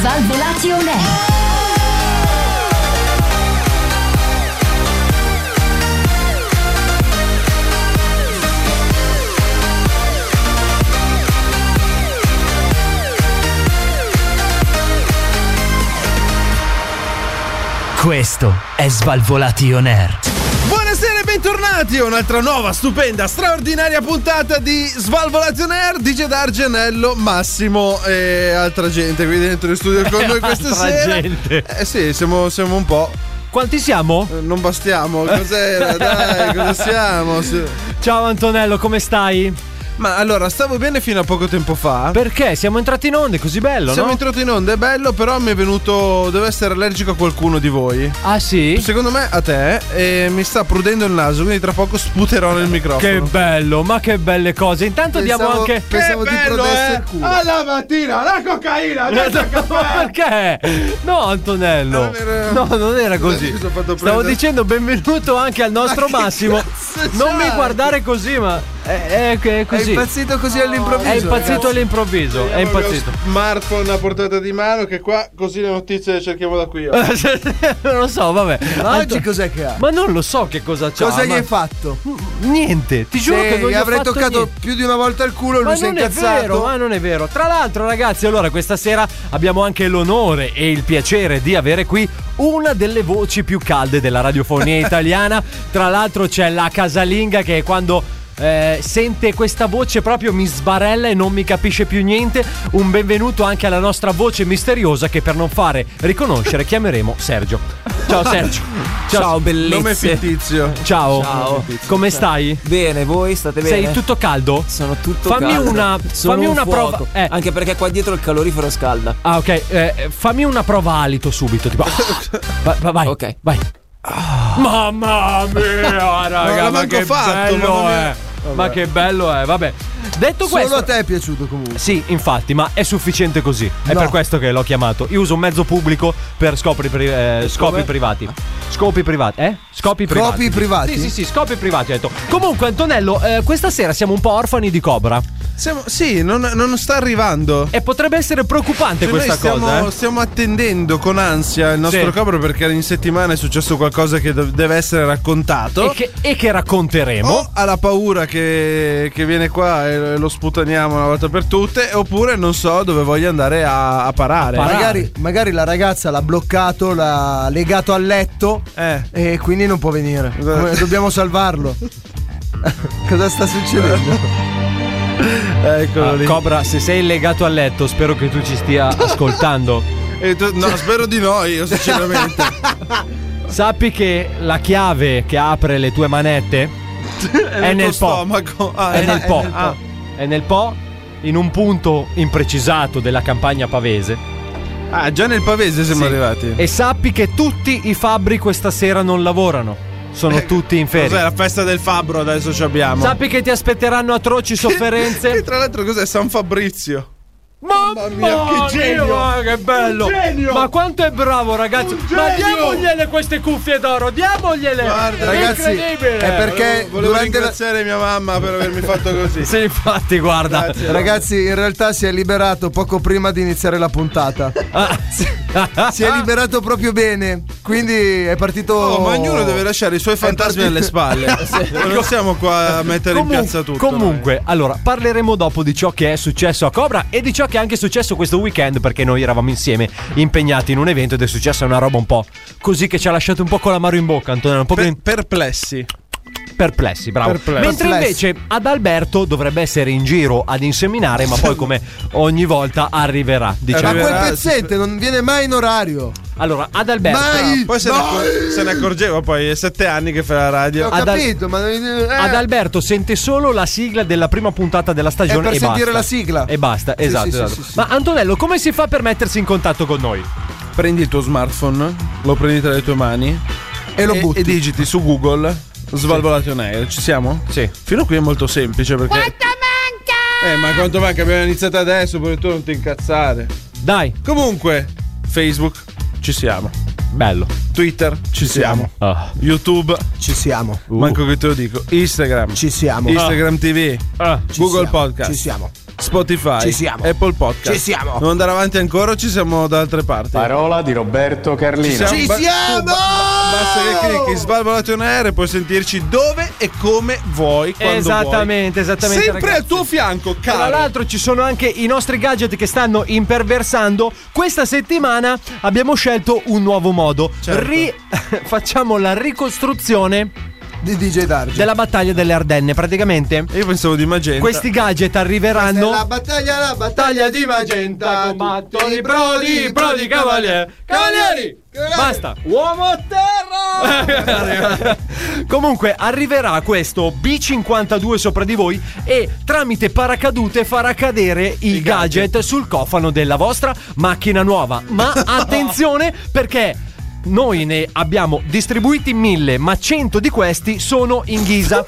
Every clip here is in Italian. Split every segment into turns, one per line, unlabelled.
Svalvolati on air.
Questo è Svalvolati On Air.
Buonasera e bentornati a un'altra nuova, stupenda, straordinaria puntata di Svalvolation Air, DJ D'Argenello, Massimo e altra gente qui dentro in studio con noi questa
Altra
sera.
gente.
Eh sì, siamo, siamo un po'.
Quanti siamo?
Eh, Non bastiamo, cos'era? Dai, cosa siamo? Sì.
Ciao Antonello, come stai?
Ma allora, stavo bene fino a poco tempo fa.
Perché siamo entrati in onda, è così bello,
Siamo
no?
entrati in onda, è bello, però mi è venuto. Devo essere allergico a qualcuno di voi.
ah sì?
Secondo me a te e mi sta prudendo il naso, quindi tra poco sputerò nel microfono.
Che bello, ma che belle cose. Intanto diamo
Pensavo-
anche
pensavo
Che
ti
bello,
prendesse
eh!
il culo.
Alla mattina, la cocaina, adesso il caffè.
Perché? No, Antonello.
Non era-
No, non era
Mi
così.
sono fatto
Stavo
prendere.
dicendo benvenuto anche al nostro Massimo.
cazzo c'hai?
Non mi guardare così, ma è, è- è
È
così.
impazzito Eh, così all'improvviso.
È impazzito all'improvviso, è
Abbiamo
impazzito.
lo Smartphone a portata di mano che qua così le notizie le cerchiamo da qui.
Eh,
oh.
non lo so, vabbè.
Oggi cos'è che ha?
Ma non lo so che cosa c'ha.
Cosa gli
ma-
hai fatto?
Niente, ti giuro che non gli
gli
ho
avrei
fatto
toccato
niente.
più di una volta il culo e
Ma
lui si è
non è
incazzato.
vero, ma non è vero. Tra l'altro, ragazzi, allora questa sera abbiamo anche l'onore e il piacere di avere qui una delle voci più calde della radiofonia italiana. Tra l'altro, c'è la casalinga che quando. eh, sente questa voce proprio mi sbarella e non mi capisce più niente. Un benvenuto anche alla nostra voce misteriosa che per non fare riconoscere chiameremo Sergio. Ciao Sergio. Ciao, bellissimo.
Nome fittizio.
Ciao. Come stai?
Bene, voi state bene?
Sei tutto caldo?
Sono tutto
fammi
caldo.
Una,
Sono
fammi
un
una
fuoco.
prova. eh,
Anche perché qua dietro il calorifero scalda.
Ah, ok. eh, fammi una prova alito subito. Tipo. vai, vai, vai.
Ok.
Vai. Mamma mia, raga,
l'ho
ma,
manco
che
fatto,
bello
mamma mia.
è. Ma che bello è, vabbè. Detto
Solo
questo.
a te è piaciuto comunque.
Sì, infatti, ma è sufficiente così. È
No.
per questo che l'ho chiamato. Io uso un mezzo pubblico per scopri, pri- eh, scopi privati. Scopi privati, eh? Scopi privati.
Scopi privati?
Sì, sì, sì, scopi privati, ho detto. Comunque, Antonello, eh, questa sera siamo un po' orfani di Cobra.
Siamo- sì, non, non sta arrivando.
E potrebbe essere preoccupante
Cioè,
questa
noi stiamo,
cosa, eh.
stiamo attendendo con ansia il nostro
Sì.
cobro perché in settimana è successo qualcosa che do- deve essere raccontato.
E che, e che racconteremo.
O ha la paura che, che viene qua e lo sputaniamo una volta per tutte, oppure non so dove voglia andare a, a parare.
parare.
Magari, magari la ragazza l'ha bloccato, l'ha legato al letto
Eh.
e quindi non può venire. Come- Dobbiamo salvarlo. Cosa sta succedendo?
Eccolo
Ah,
lì.
Cobra, se sei legato al letto, spero che tu ci stia ascoltando.
E Eh, tu- no, spero di no, io sinceramente.
Sappi che la chiave che apre le tue manette è,
tuo
nel po'.
stomaco. Ah,
è,
è-
nel
è
po'.
nel po'.
Ah, È nel po', in un punto imprecisato della campagna pavese.
Ah, già nel pavese siamo
Sì.
arrivati.
E sappi che tutti i fabbri questa sera non lavorano. Sono tutti in ferie.
Eh, Cos'è la festa del fabbro adesso ci abbiamo?
Sappi che ti aspetteranno atroci sofferenze.
Che tra l'altro cos'è San Fabrizio?
Mamma
mia, che genio!
ma che bello!
Un genio!
Ma quanto è bravo, ragazzi! Ma
genio!
diamogliele queste cuffie d'oro, diamogliele!
Guarda,
è
Ragazzi,
incredibile!
è perché
Volevo
durante la-
ringraziare mia mamma per avermi fatto così.
Eh, Sì, infatti, guarda.
Grazie.
Ragazzi, in realtà si è liberato poco prima di iniziare la puntata.
Ah, sì.
si è liberato proprio bene. Quindi è partito.
Oh, ma ognuno deve lasciare i suoi
È
fantasmi
partito-
alle spalle. Non siamo qua a mettere
Comun-
in piazza tutto.
Comunque, allora, parleremo dopo di ciò che è successo a Cobra e di ciò che è anche successo questo weekend, perché noi eravamo insieme impegnati in un evento ed è successa una roba un po' così che ci ha lasciato un po' con la mano in bocca, Antonella, un po'
Per-
per-
perplessi.
perplessi, bravo.
Perplessi.
Mentre
Perplessi.
invece ad Alberto dovrebbe essere in giro ad inseminare, ma poi come ogni volta arriverà, diciamo.
Ma quel
Arriverà-
pezzente non viene mai in orario.
Allora, ad Alberto
Mai!
Eh, Poi se, ne, accor- se ne accorgeva, poi è sette anni che fa la radio.
Ho
Ad Al-
capito, ma. eh,
Ad Alberto sente solo la sigla della prima puntata della stagione.
È per
e
sentire
basta.
la sigla.
E basta,
Sì,
esatto.
sì, sì,
esatto.
sì, sì.
Ma Antonello, come si fa per mettersi in contatto con noi?
Prendi il tuo smartphone, lo prendi tra le tue mani
e lo butti.
e digiti su Google Svalvolati on air. Ci siamo?
Sì.
Fino a qui è molto semplice perché.
manca!
Eh, ma quanto manca? Abbiamo iniziato adesso, pure tu non ti incazzare.
Dai,
Comunque, Facebook, ci siamo.
bello.
Twitter, ci siamo.
Ah.
YouTube, Uh.
Ci siamo.
manco che te lo dico. Instagram,
Ci siamo.
Instagram TV,
Ah.
Google
siamo,
Podcast.
Ci siamo.
Spotify,
Ci siamo.
Apple Podcast.
Ci siamo.
Non andare avanti ancora, o ci siamo da altre parti.
Parola di Roberto
Ci
Carlino.
siamo.
Ci
Ba-
siamo!
tu Basta che clicchi Svalvolati on air e puoi sentirci dove e come vuoi. Quando vuoi.
Esattamente, esattamente,
Sempre
ragazzi.
al tuo fianco,
Tra
caro.
l'altro ci sono anche i nostri gadget che stanno imperversando. Questa settimana abbiamo scelto un nuovo modo.
Certo.
Ri- facciamo la ricostruzione
Di DJ Darge.
della battaglia delle Ardenne. Praticamente
Io pensavo di Magenta.
questi gadget
Questa è La
arriveranno
battaglia, la battaglia di Magenta.
Combattono
Tutti
i brodi, i brodi cavalieri. Cavalieri! Basta.
Uomo a terra!
Comunque arriverà questo B52 sopra di voi e tramite paracadute farà cadere il, gadget. sul cofano della vostra macchina nuova. Ma attenzione perché noi ne abbiamo distribuiti mille, ma 100 di questi sono in ghisa.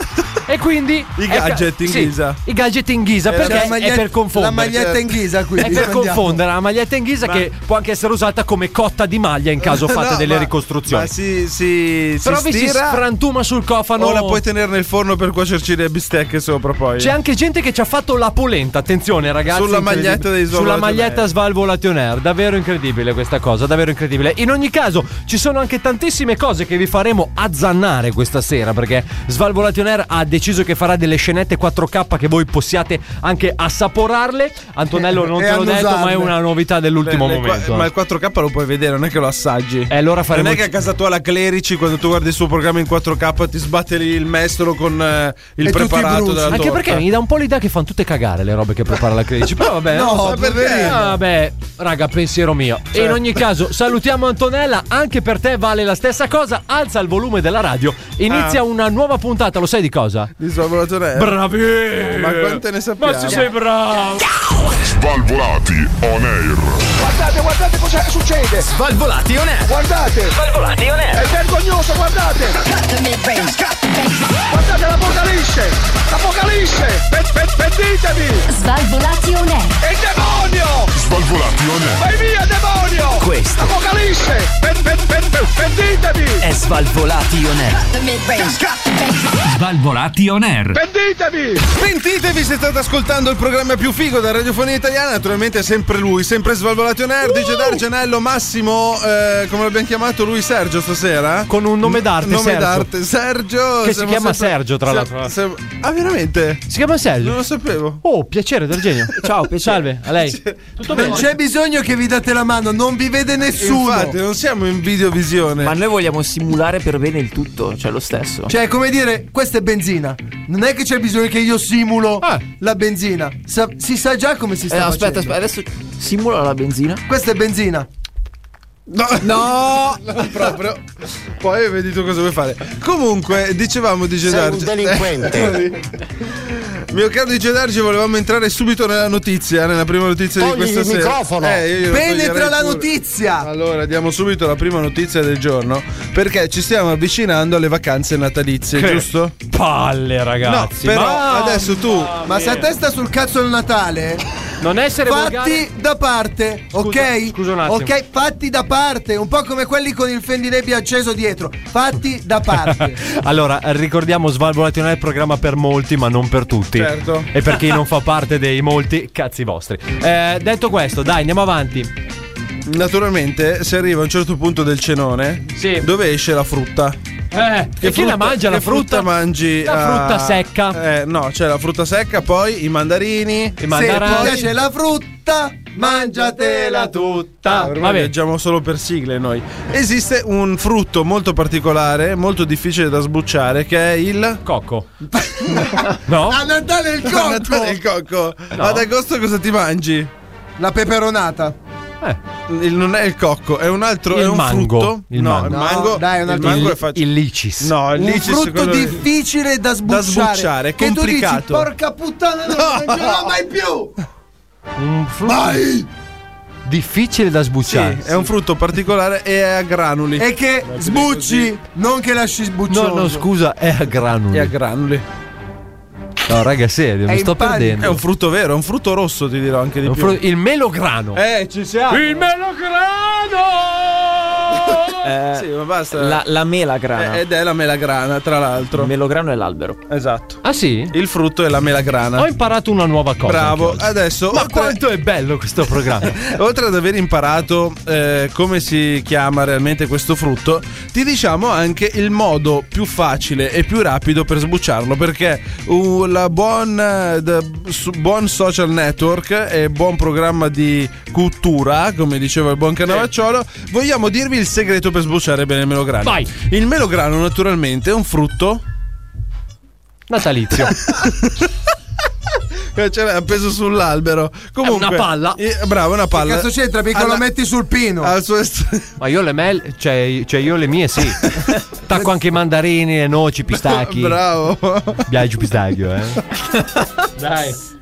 e quindi
I
è ca-
gadget in
sì,
ghisa. Eh,
I gadget in ghisa
Cioè,
perché
la maglietta-
è per confondere. certo.
La maglietta in ghisa,
È
quindi.
per
andiamo.
confondere la maglietta in ghisa che può anche essere usata come cotta di maglia in caso fate
No,
delle
ma-
ricostruzioni.
Ma si, si, si
Però vi si
stira
sfrantuma sul cofano.
o la puoi tenere nel forno per cuocerci le bistecche sopra poi.
C'è anche gente che ci ha fatto la polenta, attenzione ragazzi.
Sulla
incredibile.
maglietta dei
Sulla
Svalvolation
maglietta
Air.
Svalvolation Air, davvero incredibile questa cosa, davvero incredibile. In ogni caso ci sono anche tantissime cose che vi faremo azzannare questa sera perché Svalvolation Air ha deciso che farà delle scenette 4K che voi possiate anche assaporarle. Antonello non
E
te l'ho detto ma è
annusarle.
una novità
Eh, Le-
dell'ultimo
le Eh, qua-
momento. eh.
ma il 4K lo puoi vedere, non è che lo assaggi.
E allora faremo-
Non è che a casa tua la Clerici, quando tu guardi il suo programma in 4K, ti sbatte lì il mestolo con eh, il
E tutti
preparato
bruci.
della
Anche
torta.
perché mi dà un po' l'idea che fanno tutte cagare le robe che prepara la credici. Però vabbè,
No,
non
poverino.
Ah, Vabbè, raga, pensiero mio. E
Certo.
in ogni caso, salutiamo Antonella. Anche per te vale la stessa cosa. Alza il volume della radio. Inizia
Ah.
una nuova puntata. Lo sai di cosa?
Di Svalvolatore.
Bravi!
Eh. Ma quante ne sappiamo?
Ma se sei bravo!
Svalvolati on air.
Guardate, guardate cosa succede.
Svalvolati on air.
Guardate,
Svalvolati on air.
è vergognoso, guardate. Guardate l'apocalisse. L'apocalisse. Pe- pe- Pentitevi.
Svalvolati on air.
È il demonio.
Svalvolati on air.
Vai via, demonio.
Questo.
Apocalisse. Pe- pe- pe- pe- Pentitevi.
È Svalvolati on air. Svalvolati on air.
Pentitevi.
Pentitevi se state ascoltando il programma più figo della radiofonia italiana. Naturalmente è sempre lui, sempre Svalvolation Air, dice Dargenello, Massimo, eh, come l'abbiamo chiamato lui Sergio stasera?
Con un nome d'arte,
Nome
Sergio.
d'arte, Sergio.
Che si
siamo
chiama Sergio, tra l'altro. eh.
siamo- ah, veramente?
Si chiama
Non
Sergio.
lo sapevo.
Oh, piacere, D'Argenio. Ciao, Salve, a lei. Tutto
Non
bene?
c'è bisogno che vi date la mano, non vi vede nessuno.
Infatti, non siamo in videovisione.
Ma noi vogliamo simulare per bene il tutto, cioè lo stesso.
Cioè, è come dire, questa è benzina. Non è che c'è bisogno che io simulo
Ah.
la benzina. Sa- si sa già come si sta
Eh, aspetta,
facendo.
aspetta, adesso simula la benzina.
Questa è benzina.
No, no, proprio. Poi vedi tu cosa vuoi fare. Comunque, dicevamo di Gedarge.
delinquente.
Mio caro di Gedarge, volevamo entrare subito nella notizia, nella prima notizia
Togli
di questa
il
sera.
microfono.
Eh, io glielo
Penetra
toglierei
la
pure.
notizia.
Allora, diamo subito la prima notizia del giorno perché ci stiamo avvicinando alle vacanze natalizie,
Che
giusto?
Palle,
No,
ragazzi.
però
ma-
adesso tu
Ma se a te sta sul cazzo il Natale,
Non essere volgare.
fatti da parte, ok?
scusa un attimo.
Ok, fatti da parte, un po' come quelli con il fendinebbia acceso dietro. Fatti da parte.
Allora, ricordiamo Svalvolati non è il programma per molti, ma non per tutti.
Certo.
E per chi non fa parte dei molti, cazzi vostri. Eh, detto questo, dai, andiamo avanti.
Naturalmente, se arriva a un certo punto del cenone, dove esce la frutta?
Eh, e chi la mangia la
che
frutta?
mangi?
La frutta
secca. Eh, no, c'è la frutta secca, poi i mandarini. I
Se ti piace la frutta, mangiatela tutta.
Ah, Ormai viaggiamo solo per sigle noi. Esiste un frutto molto particolare, molto difficile da sbucciare, che è il
cocco.
no?
A Natale il cocco.
A Natale il cocco.
No.
Ad agosto cosa ti mangi?
La peperonata.
Il- non è il cocco, è un altro. è un frutto.
Eh, Il
no,
mango.
il mango.
dai, un
il
altro
mango
frutto.
è facile.
Il licis.
No, il
Un
licis
frutto
quello lì.
difficile da sbucciare.
sbucciare,
che
complicato.
tu dici, porca puttana, non lo mangerò mai più.
Un frutto difficile da sbucciare.
Sì, è un frutto particolare e è a granuli.
E che sbucci, non che lasci
No,
sbucciare.
no, scusa, è a granuli.
È a granuli.
No, raga, serio, mi sto perdendo.
È un frutto vero, è un frutto rosso, ti dirò anche di
È un
più.
frutto- il melograno.
Eh, ci siamo.
Il melograno!
Eh,
sì, ma basta.
la, la melagrana.
Eh, Ed è la melagrana, tra l'altro.
Il melograno è l'albero.
Esatto.
Ah sì?
Il frutto è la melagrana.
Ho imparato una nuova cosa.
Bravo, Eh,
anche oggi.
adesso
Ma
oltre,
quanto è bello questo programma?
oltre ad aver imparato eh, come si chiama realmente questo frutto, ti diciamo anche il modo più facile e più rapido per sbucciarlo, perché uh, la buon, eh, d- su- buon social network e buon programma di cultura, come diceva il buon Cannavacciolo, vogliamo dirvi il segreto per sbucciare bene il melograno.
Vai.
Il melograno naturalmente è un frutto
Natalizio.
Eh, Ce l'hai appeso sull'albero. Comunque,
una palla.
eh, bravo, una palla.
Che cazzo c'entra? Perché
Alla-
lo metti sul pino.
al suo est-
Ma io le mel, cioè, cioè io le mie sì. Tacco anche i mandarini, le noci, pistacchi.
Bravo.
Biagio pistacchio, eh. Dai.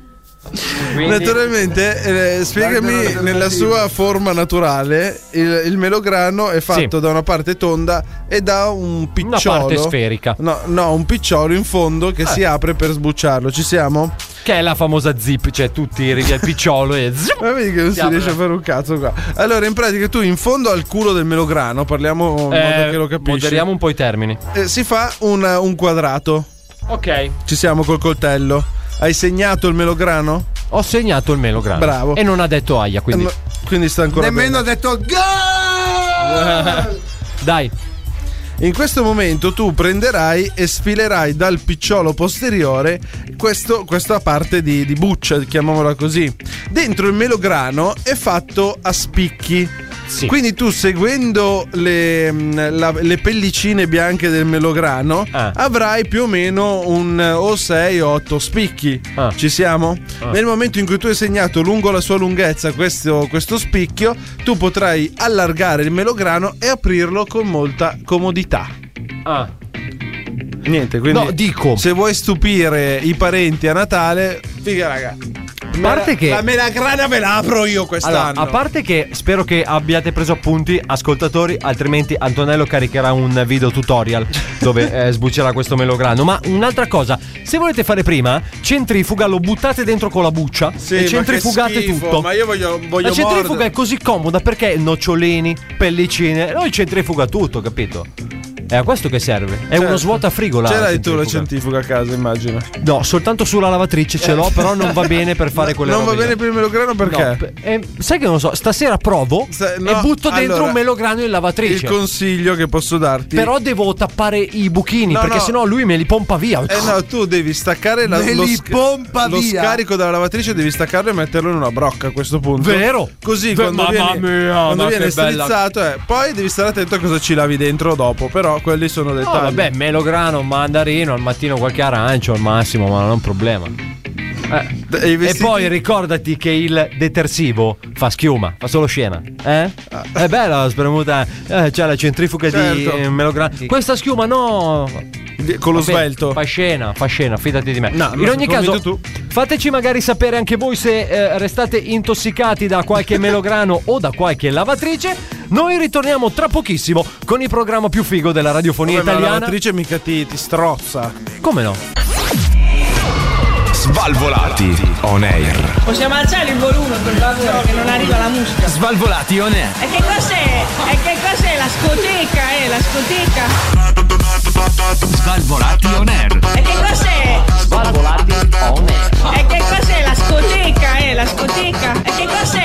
Naturalmente, eh, spiegami nella sua forma naturale, il, il melograno è fatto
Sì.
da una parte tonda e da un picciolo.
parte sferica. Eh.
No, no, un picciolo in fondo che si apre per sbucciarlo. Ci siamo?
Che è la famosa zip, cioè tu tiri via il picciolo e zoom.
Ma vedi che non si,
apre.
riesce a fare un cazzo qua. Allora, in pratica, tu in fondo al culo del melograno, parliamo in modo
Eh,
che lo capisci.
moderiamo un po' i termini.
Eh, si fa un- un quadrato.
Ok.
Ci siamo col coltello. Hai segnato il melograno?
Ho segnato il melograno.
Bravo. Eh,
E non ha detto aia, quindi.
No, quindi sta ancora
Nemmeno ha
bene.
detto gol!
Dai.
In questo momento tu prenderai e sfilerai dal picciolo posteriore questo- questa parte di, di buccia, chiamiamola così. Dentro il melograno è fatto a spicchi.
Sì.
Quindi tu seguendo le, mh, la- le pellicine bianche del melograno
Ah.
avrai più o meno un eh, o 6 o 8 spicchi.
Ah.
Ci siamo? Nel momento in cui tu hai segnato lungo la sua lunghezza questo, questo spicchio, tu potrai allargare il melograno e aprirlo con molta comodità.
Ah.
Niente, quindi
No, dico-
se vuoi stupire i parenti a Natale, figa raga.
A parte che.
La melagrana ve la apro io quest'anno.
Allora, a parte che spero che abbiate preso appunti, ascoltatori, altrimenti Antonello caricherà un video tutorial dove eh, sbuccerà questo melograno. Ma un'altra cosa, se volete fare prima, centrifuga lo buttate dentro con la buccia
Sì, ma
e
che
centrifugate
schifo,
tutto.
Ma io voglio, voglio
La centrifuga
mordere.
è così comoda perché nocciolini, pellicine, noi centrifuga tutto, capito? È a questo che serve. È uno svuota frigo la
Ce l'hai Certo. tu la centrifuga
centrifuga.
a casa, immagino.
No, soltanto sulla lavatrice ce l'ho, però non va bene per fare quelle
Non va
robe lì.
bene per il melograno perché?
No, pe- eh, sai che non lo so, stasera provo
Se- no,
e butto dentro
allora,
un melograno in lavatrice.
Il consiglio che posso darti.
Però devo tappare i buchini
No,
perché
no.
sennò lui me li pompa via.
Eh no, tu devi staccare la,
Me
lo,
li pompa
lo
via.
scarico dalla lavatrice, devi staccarlo e metterlo in una brocca a questo punto.
Vero.
Così
Ve-
quando
mamma
viene,
mia,
quando
ma
viene
che bella-
strizzato, eh, poi devi stare attento a cosa ci lavi dentro dopo. Però quelli sono
No,
dettagli.
vabbè, melograno, mandarino, al mattino qualche arancio al massimo, ma non è un problema. Eh,
E, i
E
vestiti-
poi ricordati che il detersivo fa schiuma, fa solo scena. Eh?
Ah.
È bella la spremuta, eh, c'è la centrifuga
Certo.
di eh, melograno. Questa schiuma no!
con lo
Vabbè,
svelto.
Fa scena, fa scena, fidati di me.
No, ma
In ogni
come
caso,
tu.
fateci magari sapere anche voi se eh, restate intossicati da qualche melograno o da qualche lavatrice. Noi ritorniamo tra pochissimo con il programma più figo della radiofonia
Vabbè, ma la
italiana.
lavatrice mica ti, ti strozza.
Come no?
Svalvolati on air.
Possiamo alzare Cioè, il volume per favore, che non arriva la musica.
Svalvolati on air.
E che cos'è? E che cos'è la scoteca, eh? La scoteca?
Svalvolati on air.
E che cos'è?
Svalvolati on air.
E che cos'è la scoteca, eh? La scoteca? E che cos'è?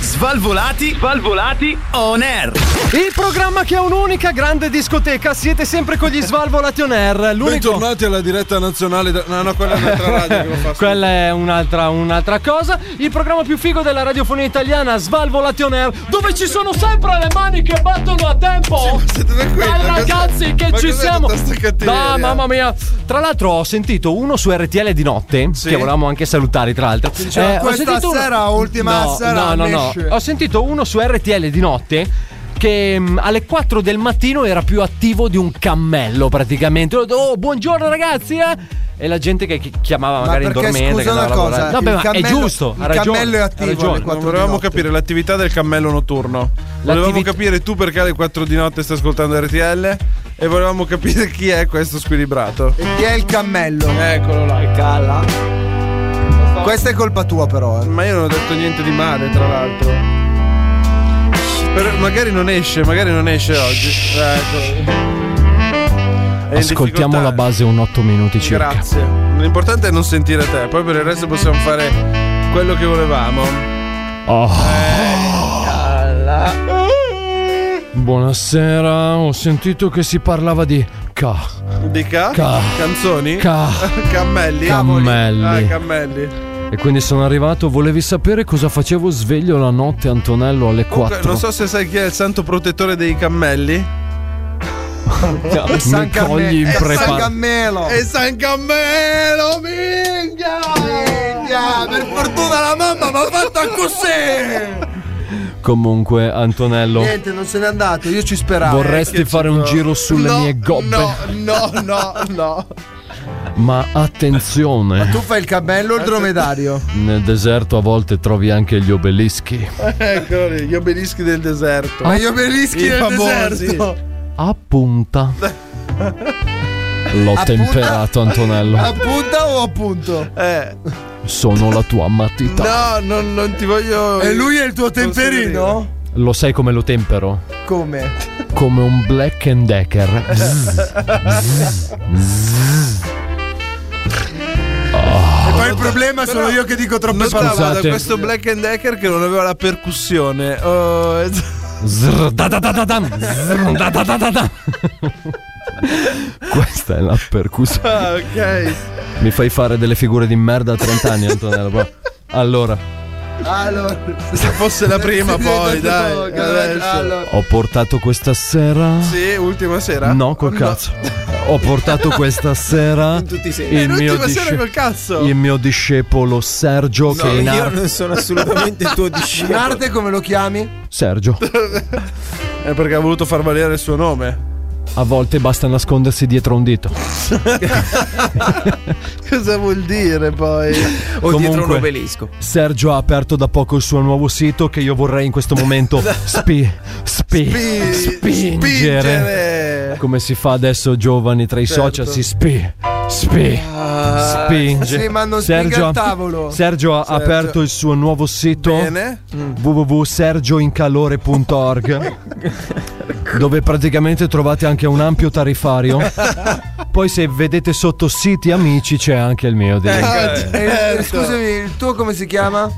Svalvolati Svalvolati. Svalvolati. On air.
Il programma che ha un'unica grande discoteca, siete sempre con gli Svalvolati On Air. L'unico...
Bentornati alla diretta nazionale. da- No, no, quella è un'altra radio che lo fa.
Quella è un'altra, un'altra cosa. Il programma più figo della radiofonia italiana, Svalvolati On Air, dove ci sono sempre le mani che battono a tempo. Dai ragazzi, che
ma
ci
cos'è
siamo.
tutta sta cattiveria?
Dai, mamma mia. Tra l'altro, ho sentito uno su RTL di notte, che volevamo anche salutare, tra l'altro. Eh,
Diceva,
ho
"Questa
sentito
sera, ultima
no,
sera,
No, no, no.
Nesce".
Ho sentito uno su RTL di notte. Che mm, alle 4 del mattino era più attivo di un cammello praticamente. Oh, buongiorno ragazzi! eh. E la gente che chi- chiamava magari in
perché, scusa
dormiente. che
una
andava a
cosa,
lavorare. No, beh,
il
ma è
cammello-
giusto.
il
ha ragione,
cammello è
ha
attivo alle
ragione.
Non volevamo capire l'attività del cammello notturno. Volevamo
L'attività-
capire tu perché alle 4 di notte stai ascoltando RTL e volevamo capire chi è questo squilibrato.
Chi è il cammello?
Eccolo là.
Calla. Questa è colpa tua, però.
Ma io non ho detto niente di male, tra l'altro. Però magari non esce, magari non esce oggi. Ecco. È in
Ascoltiamo la base un 8 minuti circa.
Grazie. L'importante è non sentire te, poi per il resto possiamo fare quello che volevamo.
Oh. Buonasera, ho sentito che si parlava di ca.
Di ca?
Ca.
Canzoni?
Ca.
Cammelli.
Cammelli.
Ah, cammelli.
E quindi sono arrivato, volevi sapere cosa facevo sveglio la notte Antonello alle 4.
Cioè, Non so se sai chi è il santo protettore dei cammelli.
Mi San Carme- cogli
È
impreparato.
San
Cammelo.
E Eh, San Cammelo, minchia!
Minchia, per fortuna la mamma mi ha fatto così!
Comunque Antonello,
Niente, non se n'è andato, io ci speravo.
vorresti fare un giro sulle mie gobbe?
No, no, no.
Ma attenzione.
Tu fai il cammello o il dromedario?
Nel deserto a volte trovi anche gli obelischi.
Ecco lì, gli obelischi del deserto.
Ma gli obelischi
I
del
famosi.
deserto.
A punta. L'ho
A punta?
temperato,
A
Antonello.
punta o appunto?
Eh.
Sono la tua matita.
No, Ah, non, non ti voglio.
E lui è il tuo temperino?
Lo sai come lo tempero?
Come?
Come un black and decker. Zzz.
E poi il problema sono io che dico troppe
Notavo
parole.
da questo Black and Decker che non aveva la percussione. Oh, es-
Zr- da da da da dam. Zr- da da da da dam. Questa è la percussione.
Ah, ok.
Mi fai fare delle figure di merda a 30 anni, Antonello. però. Allora,
Allora,
Se fosse la prima, poi dai. Eh, adesso.
allora.
ho portato questa sera.
Sì, ultima sera.
No, col cazzo. Ho portato questa sera
Eh,
il, mio
l'ultima sera
disce-
col cazzo.
il mio discepolo Sergio che è in arte.
sono assolutamente il tuo
In arte come lo chiami?
Sergio,
È perché ha voluto far valere il suo nome.
a volte basta nascondersi dietro un dito.
Cosa vuol dire poi?
o dietro un
Comunque-
obelisco.
Sergio ha aperto da poco il suo nuovo sito che io vorrei in questo momento spi- spi-
Spi-
spingere.
spingere.
Come si fa adesso giovani tra i
Certo.
social si spi spi spinge.
Ah, Sì, ma non spinga il tavolo.
Sergio ha aperto il suo nuovo sito
Bene.
www.sergioincalore.org dove praticamente trovate anche un ampio tarifario. Poi se vedete sotto siti amici c'è anche il mio. direi.
E- e
Eh,
Scusami, il tuo come si chiama?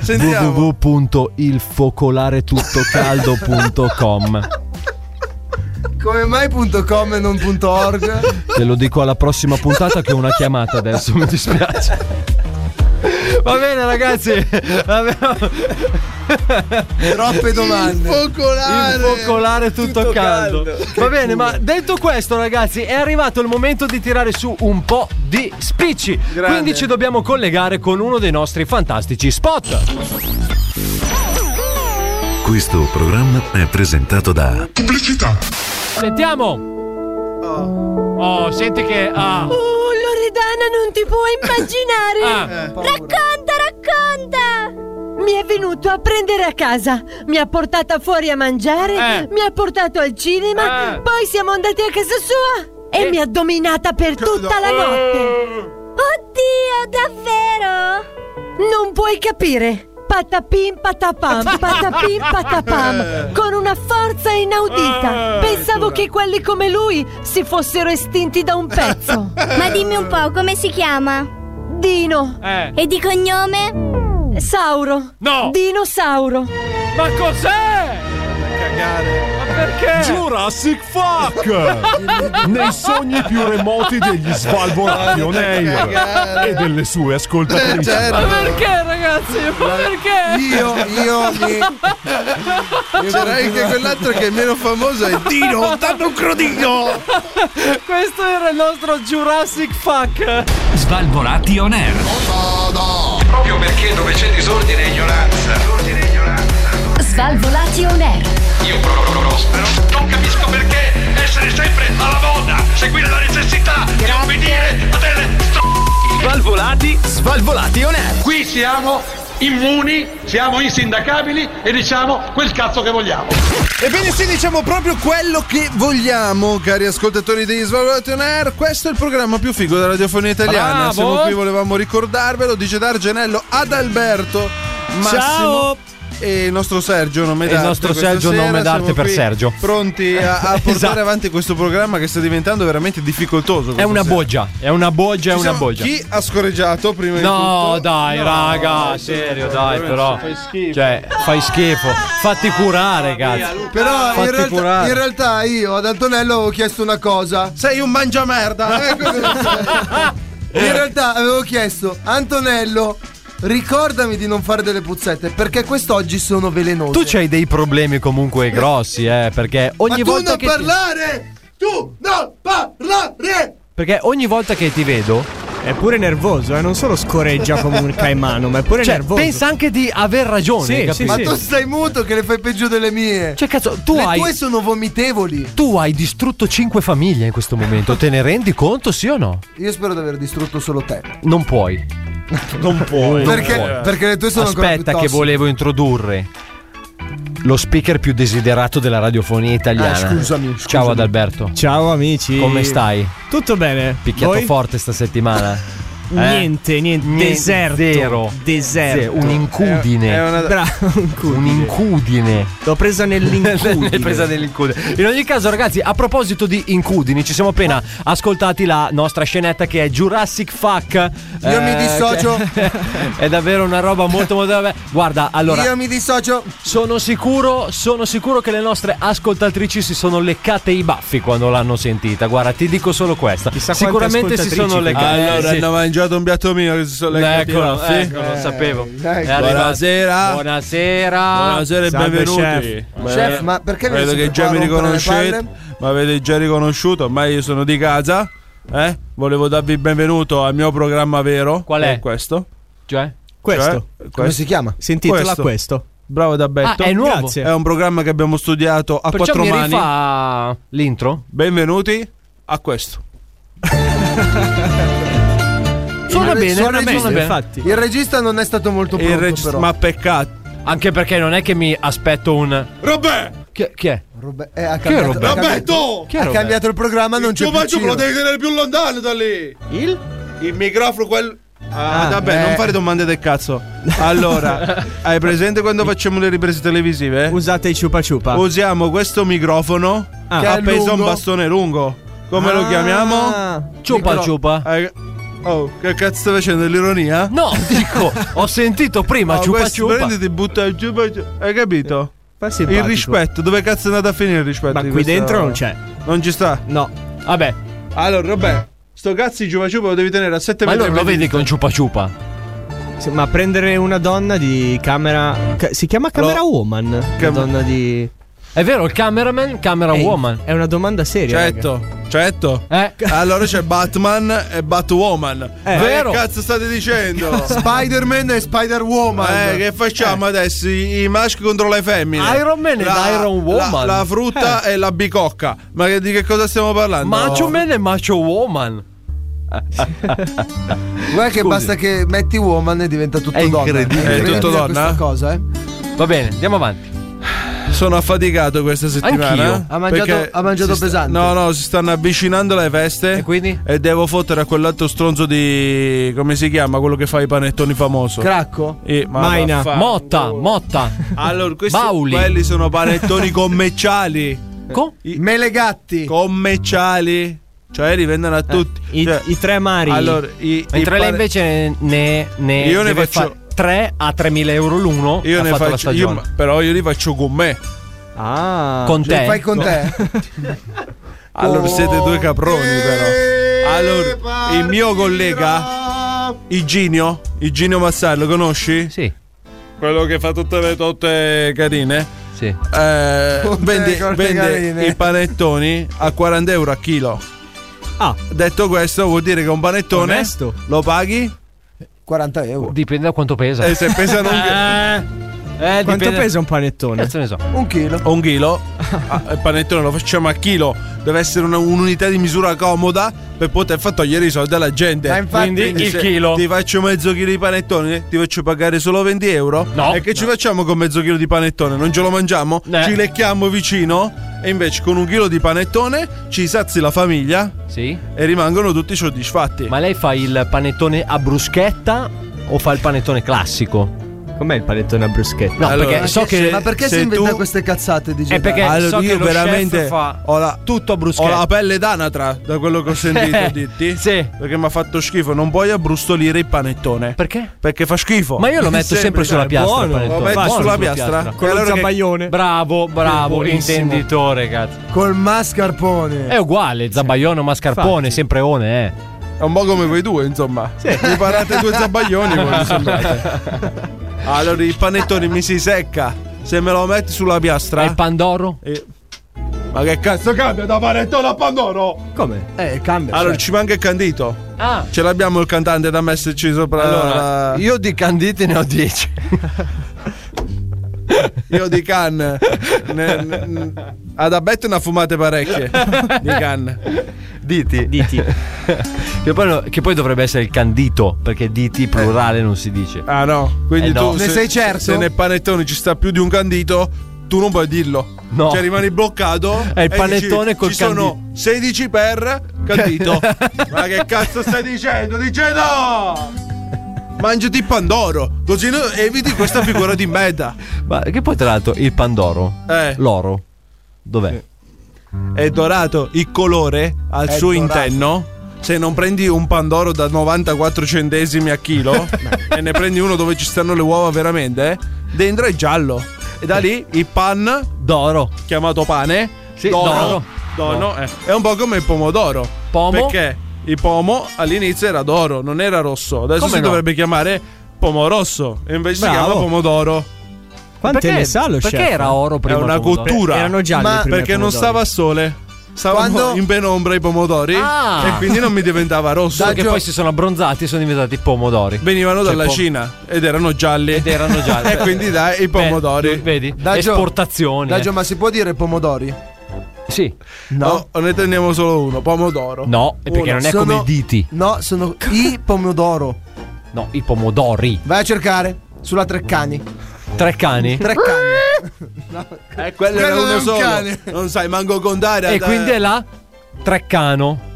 Sentiamo.
www.ilfocolaretuttocaldo.com
Come mai.com e non.org?
Te lo dico alla prossima puntata che ho una chiamata adesso, mi dispiace. Va bene ragazzi, abbiamo
Troppe domande.
il focolare tutto, caldo. Va bene, ma detto questo ragazzi è arrivato il momento di tirare su un po' di spicci. Quindi ci dobbiamo collegare con uno dei nostri fantastici spot.
Questo programma è presentato da
Pubblicità.
Sentiamo. Oh, senti che... Ah,
Oh, Loredana, non ti puoi immaginare!
Ah, eh,
racconta, racconta! Mi è venuto a prendere a casa, mi ha portata fuori a mangiare, mi ha portato al cinema,
Eh.
poi siamo andati a casa sua e mi ha dominata per tutta la notte!
Eh.
Oddio, davvero? Non puoi capire! Patapim patapam, patapim patapam, con una forza inaudita.
Eh,
Pensavo che quelli come lui si fossero estinti da un pezzo.
Ma dimmi un po', come si chiama?
Eh.
Dino.
E di cognome?
Sauro.
No.
Dinosauro.
Ma cos'è? Cagare. Ma perché?
Jurassic Fuck! Nei sogni più remoti degli svalvolati on air e delle sue ascoltatrici.
Ma perché ragazzi? Ma perché?
io- io
mi...
Direi che quell'altro che è meno famoso è Dino, danno un crodino!
Questo era il nostro Jurassic Fuck.
Svalvolati on air.
No, no! Proprio perché dove c'è disordine e ignoranza. Disordine e ignoranza.
Svalvolati on air.
Io pro- pro- prospero. Non capisco perché essere sempre alla moda, seguire la necessità di obbedire a delle
Svalvolati.
Svalvolati on air. Qui siamo immuni, siamo insindacabili e diciamo quel cazzo che vogliamo.
Ebbene sì, diciamo proprio quello che vogliamo, cari ascoltatori di Svalvolati On Air. Questo è il programma più figo della radiofonia italiana.
Bravo.
Siamo qui, volevamo ricordarvelo. Dice D'Argenello ad Alberto. Massimo.
Ciao.
E il nostro Sergio, nome
E il
d'arte.
nostro
questa
Sergio,
sera.
nome d'arte
Siamo
per
qui
Sergio. Esatto.
Pronti a, a portare avanti questo programma che sta diventando veramente difficoltoso.
È
questa
una
sera.
boggia, è una boggia, è
Ci
una
Diciamo,
siamo-
boggia.
Chi ha scorreggiato prima
No,
di tutto?
dai,
No,
raga,
adesso-
serio, dai, però.
Fai schifo.
Cioè, fai schifo. Fatti curare, cazzo.
Però
Fatti
in realtà,
curare.
in realtà io ad Antonello avevo chiesto una cosa. Ecco
Sei un mangiamerda.
in realtà avevo chiesto, Antonello, ricordami di non fare delle puzzette perché quest'oggi sono velenose.
Tu c'hai dei problemi comunque grossi, eh, perché ogni
Ma tu
volta
non
che ti-
parlare! Tu non parlare!
perché ogni volta che ti vedo
è pure nervoso, eh, non solo scoreggia come un caimano, ma è pure
cioè,
nervoso.
pensa anche di aver ragione,
Sì,
Ma
capito?
tu stai muto che le fai peggio delle mie.
Cioè, cazzo, tu
le
hai-
tue sono vomitevoli.
Tu hai distrutto cinque famiglie in questo momento, te ne rendi conto, sì o no?
Io spero di aver distrutto solo te.
Non puoi.
Non puoi.
Perché-
puoi.
perché le tue sono ancora
Aspetta
più
che
tossiche.
volevo introdurre lo speaker più desiderato della radiofonia italiana.
Ah, scusami, scusami.
Ciao Adalberto.
Ciao amici.
Come stai?
Tutto bene.
Picchiato
Voi?
forte sta settimana. Eh?
Niente, niente, deserto.
Zero.
Deserto.
Zero, Un incudine.
È- è una- Bra-
un incudine.
L'ho presa nell'incudine.
L'hai presa nell'incudine. In ogni caso, ragazzi, a proposito di incudini, ci siamo appena ascoltati la nostra scenetta che è Jurassic Fuck. Eh,
Io mi dissocio.
che- è davvero una roba molto molto bella. Guarda, allora.
Io mi dissocio.
Sono sicuro, sono sicuro che le nostre ascoltatrici si sono leccate i baffi quando l'hanno sentita. Guarda, ti dico solo questa.
quante
Sicuramente si sono leccate.
Allora
Eh, sì.
hanno mangiato un piatto mio che si sono leccati.
Eccolo,
Sì.
ecco, lo sapevo. È
Buonasera.
arrivato.
Buonasera.
Buonasera.
Buonasera e
Salve, Eh,
benvenuti.
chef.
Beh,
Chef, ma perché
vedo
venite
che già mi
sempre qua a rompere le
riconoscete? Mi avete già riconosciuto, ormai io sono di casa. Eh? Volevo darvi il benvenuto al mio programma vero. Qual
è?
questo.
Eh?
Cioè?
Cioè, questo.
Si intitola questo.
Bravo da Betto.
Ah, è nuovo.
Grazie. È un programma che abbiamo studiato a
Perciò
quattro
mi
mani.
rifà l'intro?
Benvenuti a questo.
Suona
Il-
bene, eh,
suona
suona
il
bene,
regista-
infatti.
Il regista non è stato molto
Il
pronto,
regista-
però.
ma
peccato.
Anche perché non è che mi aspetto un.
Robè!
Chi, chi è?
Robe- eh, ha
Chi è
cambiato,
Roberto?
ha cambiato-
Roberto!
Chi è
ha
Roberto?
cambiato il programma, non c'è
Io
più
faccio
Ciro.
lo devi tenere più lontano da lì. Il? Il microfono quel Ah,
Ah,
vabbè,
eh.
non fare domande del cazzo.
Allora, hai presente quando facciamo le riprese televisive?
Usate i ciupa ciupa.
Oh,
Usiamo questo microfono
Ah. Che
che
è
ha appeso a un
lungo.
bastone lungo. Come lo
Ah.
chiamiamo?
Ciupa ciupa.
Eh, Oh, che cazzo stai facendo? L'ironia?
No, dico, ho sentito prima
Oh,
ciupa
questo
ciupa.
Prenditi, butta ciupa ciupa. Hai capito?
simpatico.
Il rispetto, dove cazzo è andato a finire il rispetto?
Ma
di
qui
questa-
dentro non c'è.
Non ci sta?
No.
Vabbè.
Allora, Robè, sto cazzo di ciupa ciupa lo devi tenere a 7
Ma
metri.
allora lo
per
vedi
vista.
con ciupa ciupa?
Sì, ma prendere una donna di camera. ca- si chiama camera woman. Una donna di.
È vero, il cameraman, camera
Ehi,
woman.
È una domanda seria.
Certo, certo.
Eh?
Allora c'è Batman e Batwoman.
Eh,
Ma
vero.
Che cazzo state dicendo?
Spider-Man e Spider-Woman.
Eh, che facciamo adesso? I i maschi contro le femmine.
Iron Man e Iron Woman.
La, la frutta e la bicocca. Ma che- di che cosa stiamo parlando?
Macho man e macho woman.
Guarda che
Scusi.
basta che metti woman e diventa tutto
È
donna.
incredibile.
È
È Eh, tutto
Questa
donna?
cosa, eh.
Va bene, andiamo avanti.
Sono affaticato questa settimana.
Anch'io.
Ha mangiato-
perché
ha mangiato
si sta-
pesante.
no, no, si stanno avvicinando le feste. E
quindi?
devo fottere a quell'altro stronzo di. come si chiama? Quello che fa i panettoni famoso.
Cracco?
Eh, ma vaffa-
Motta, Motta.
Allora, questi
Bauli.
quelli sono panettoni commerciali.
Co-
I-
Melegatti.
Commerciali. Cioè, li vendono a tutti.
I,
Cioè,
i tre mari.
Allora, i, i
Eh, Mentre lei
pane-
invece ne. ne
Io ne
deve
faccio-
fa- 3 a 3.000 euro l'uno.
Io
ha
ne
fatto la
faccio, io-
stagione.
però io li faccio con me.
Ah, Con
cioè,
te. Li fai con te?
allora siete due caproni, però. Allora, il mio collega Iginio, Iginio Massari, lo conosci?
Sì.
Quello che fa tutte le totte carine?
Sì.
Tutte
vende
le torte
vende
carine.
Eh, i panettoni a 40 euro a chilo.
Ah.
Detto questo, vuol dire che un panettone
Onesto.
lo paghi?
40 euro.
Dipende da quanto pesa.
E se pesano un
Eh,
Quanto
dipende-
pesa un panettone?
Cazzo ne so.
Un chilo.
Un chilo. Ah, il panettone lo facciamo a chilo. Deve essere una- un'unità di misura comoda per poter far togliere i soldi alla gente.
Ma infatti- Quindi il
se
chilo.
Ti faccio mezzo chilo di panettone, ti faccio pagare solo 20 euro.
No. Eh.
E che ci facciamo con mezzo chilo di panettone? Non ce lo mangiamo? Ci lecchiamo vicino? E invece con un chilo di panettone ci sazi la famiglia
Sì.
e rimangono tutti soddisfatti.
Ma lei fa il panettone a bruschetta o fa il panettone classico? Com'è il panettone a bruschetta? No, perché so che.
Ma perché si inventa queste cazzate di
È Eh, perché
Cioè, Allora,
so
io
che lo
veramente
chef fa
ho la,
tutto a
Ho
bruschetta.
la pelle d'anatra da quello che ho sentito,
Eh,
ditti. Sì. Perché mi ha fatto schifo. Non puoi abbrustolire il panettone.
Perché?
Perché fa schifo.
Ma io lo metto sempre sulla
È
piastra, il
Buono. Lo
panettone.
metto
Buono
sulla
sulla
piastra.
piastra. Con lo zabaglione. Bravo, bravo, intenditore, cazzo.
Col mascarpone.
È uguale, zabaione o mascarpone,
Infatti.
sempre one, eh.
È un po' come voi due, insomma. Mi parate due zabaglioni quando sembrate. Allora il panettone mi si secca. Se me lo metti sulla piastra. E il
pandoro?
Ma che cazzo cambia da panettone a pandoro?
Come?
Eh, cambia.
Allora
cioè.
ci manca il candito.
Ah.
Ce l'abbiamo il cantante da metterci sopra.
Allora,
la-
io di canditi ne ho 10.
Io di canne. Ne- ne- ne- ad Abetto ne ha fumate parecchie. Di canne.
Diti. Diti. che, poi, no- che poi dovrebbe essere il candito, perché
Eh.
diti plurale non si dice.
Ah no, quindi
Eh, no.
tu
Ne sei certo?
Se nel panettone ci sta più di un candito, tu non puoi dirlo.
No.
Cioè rimani bloccato.
È il
e
panettone
dici,
col
Ci sono 16 per candito. Ma che cazzo stai dicendo? Dice no! Mangiati il Pandoro, così no- eviti questa figura di merda.
Ma che poi, tra l'altro, il Pandoro,
Eh.
l'oro, dov'è?
È dorato il colore al
È
suo
dorato.
interno. Se non prendi un Pandoro da 94 centesimi a chilo e ne prendi uno dove ci stanno le uova veramente, dentro è giallo. E da lì il pan
d'oro,
chiamato pane,
Sì,
d'oro,
d'oro.
dono, eh. è un po' come il pomodoro.
Pomo?
Perché il pomo all'inizio era d'oro, non era rosso. Adesso
Come
si
no?
dovrebbe chiamare pomo rosso e invece si
Bravo.
chiama pomodoro.
Quante Perché- ne sa lo perché chef?
eh.
era oro prima
È una
il pomodoro?
cottura.
Beh, erano gialli
Ma
prima i
perché non
pomodori.
stava al sole. Stavano
Quando-
in penombra i pomodori
Ah.
e quindi non mi diventava rosso.
Perché poi si sono abbronzati e sono diventati pomodori.
venivano
Cioè,
dalla
pom-
Cina ed erano gialli.
Ed erano gialli.
e quindi dai i pomodori.
Beh, vedi? eh.
Daggio-
Esportazione.
Daggio, ma si può dire pomodori?
Sì.
No, ne teniamo solo uno, pomodoro.
No, è perché
Uno.
non è come i diti.
No, sono i pomodoro.
No, i pomodori.
Vai a cercare sulla Treccani.
Tre cani.
Treccani.
Eh, quello,
Quello
era
è
uno
un
solo.
cane.
Non sai manco contare.
E
da-
quindi è là Treccano.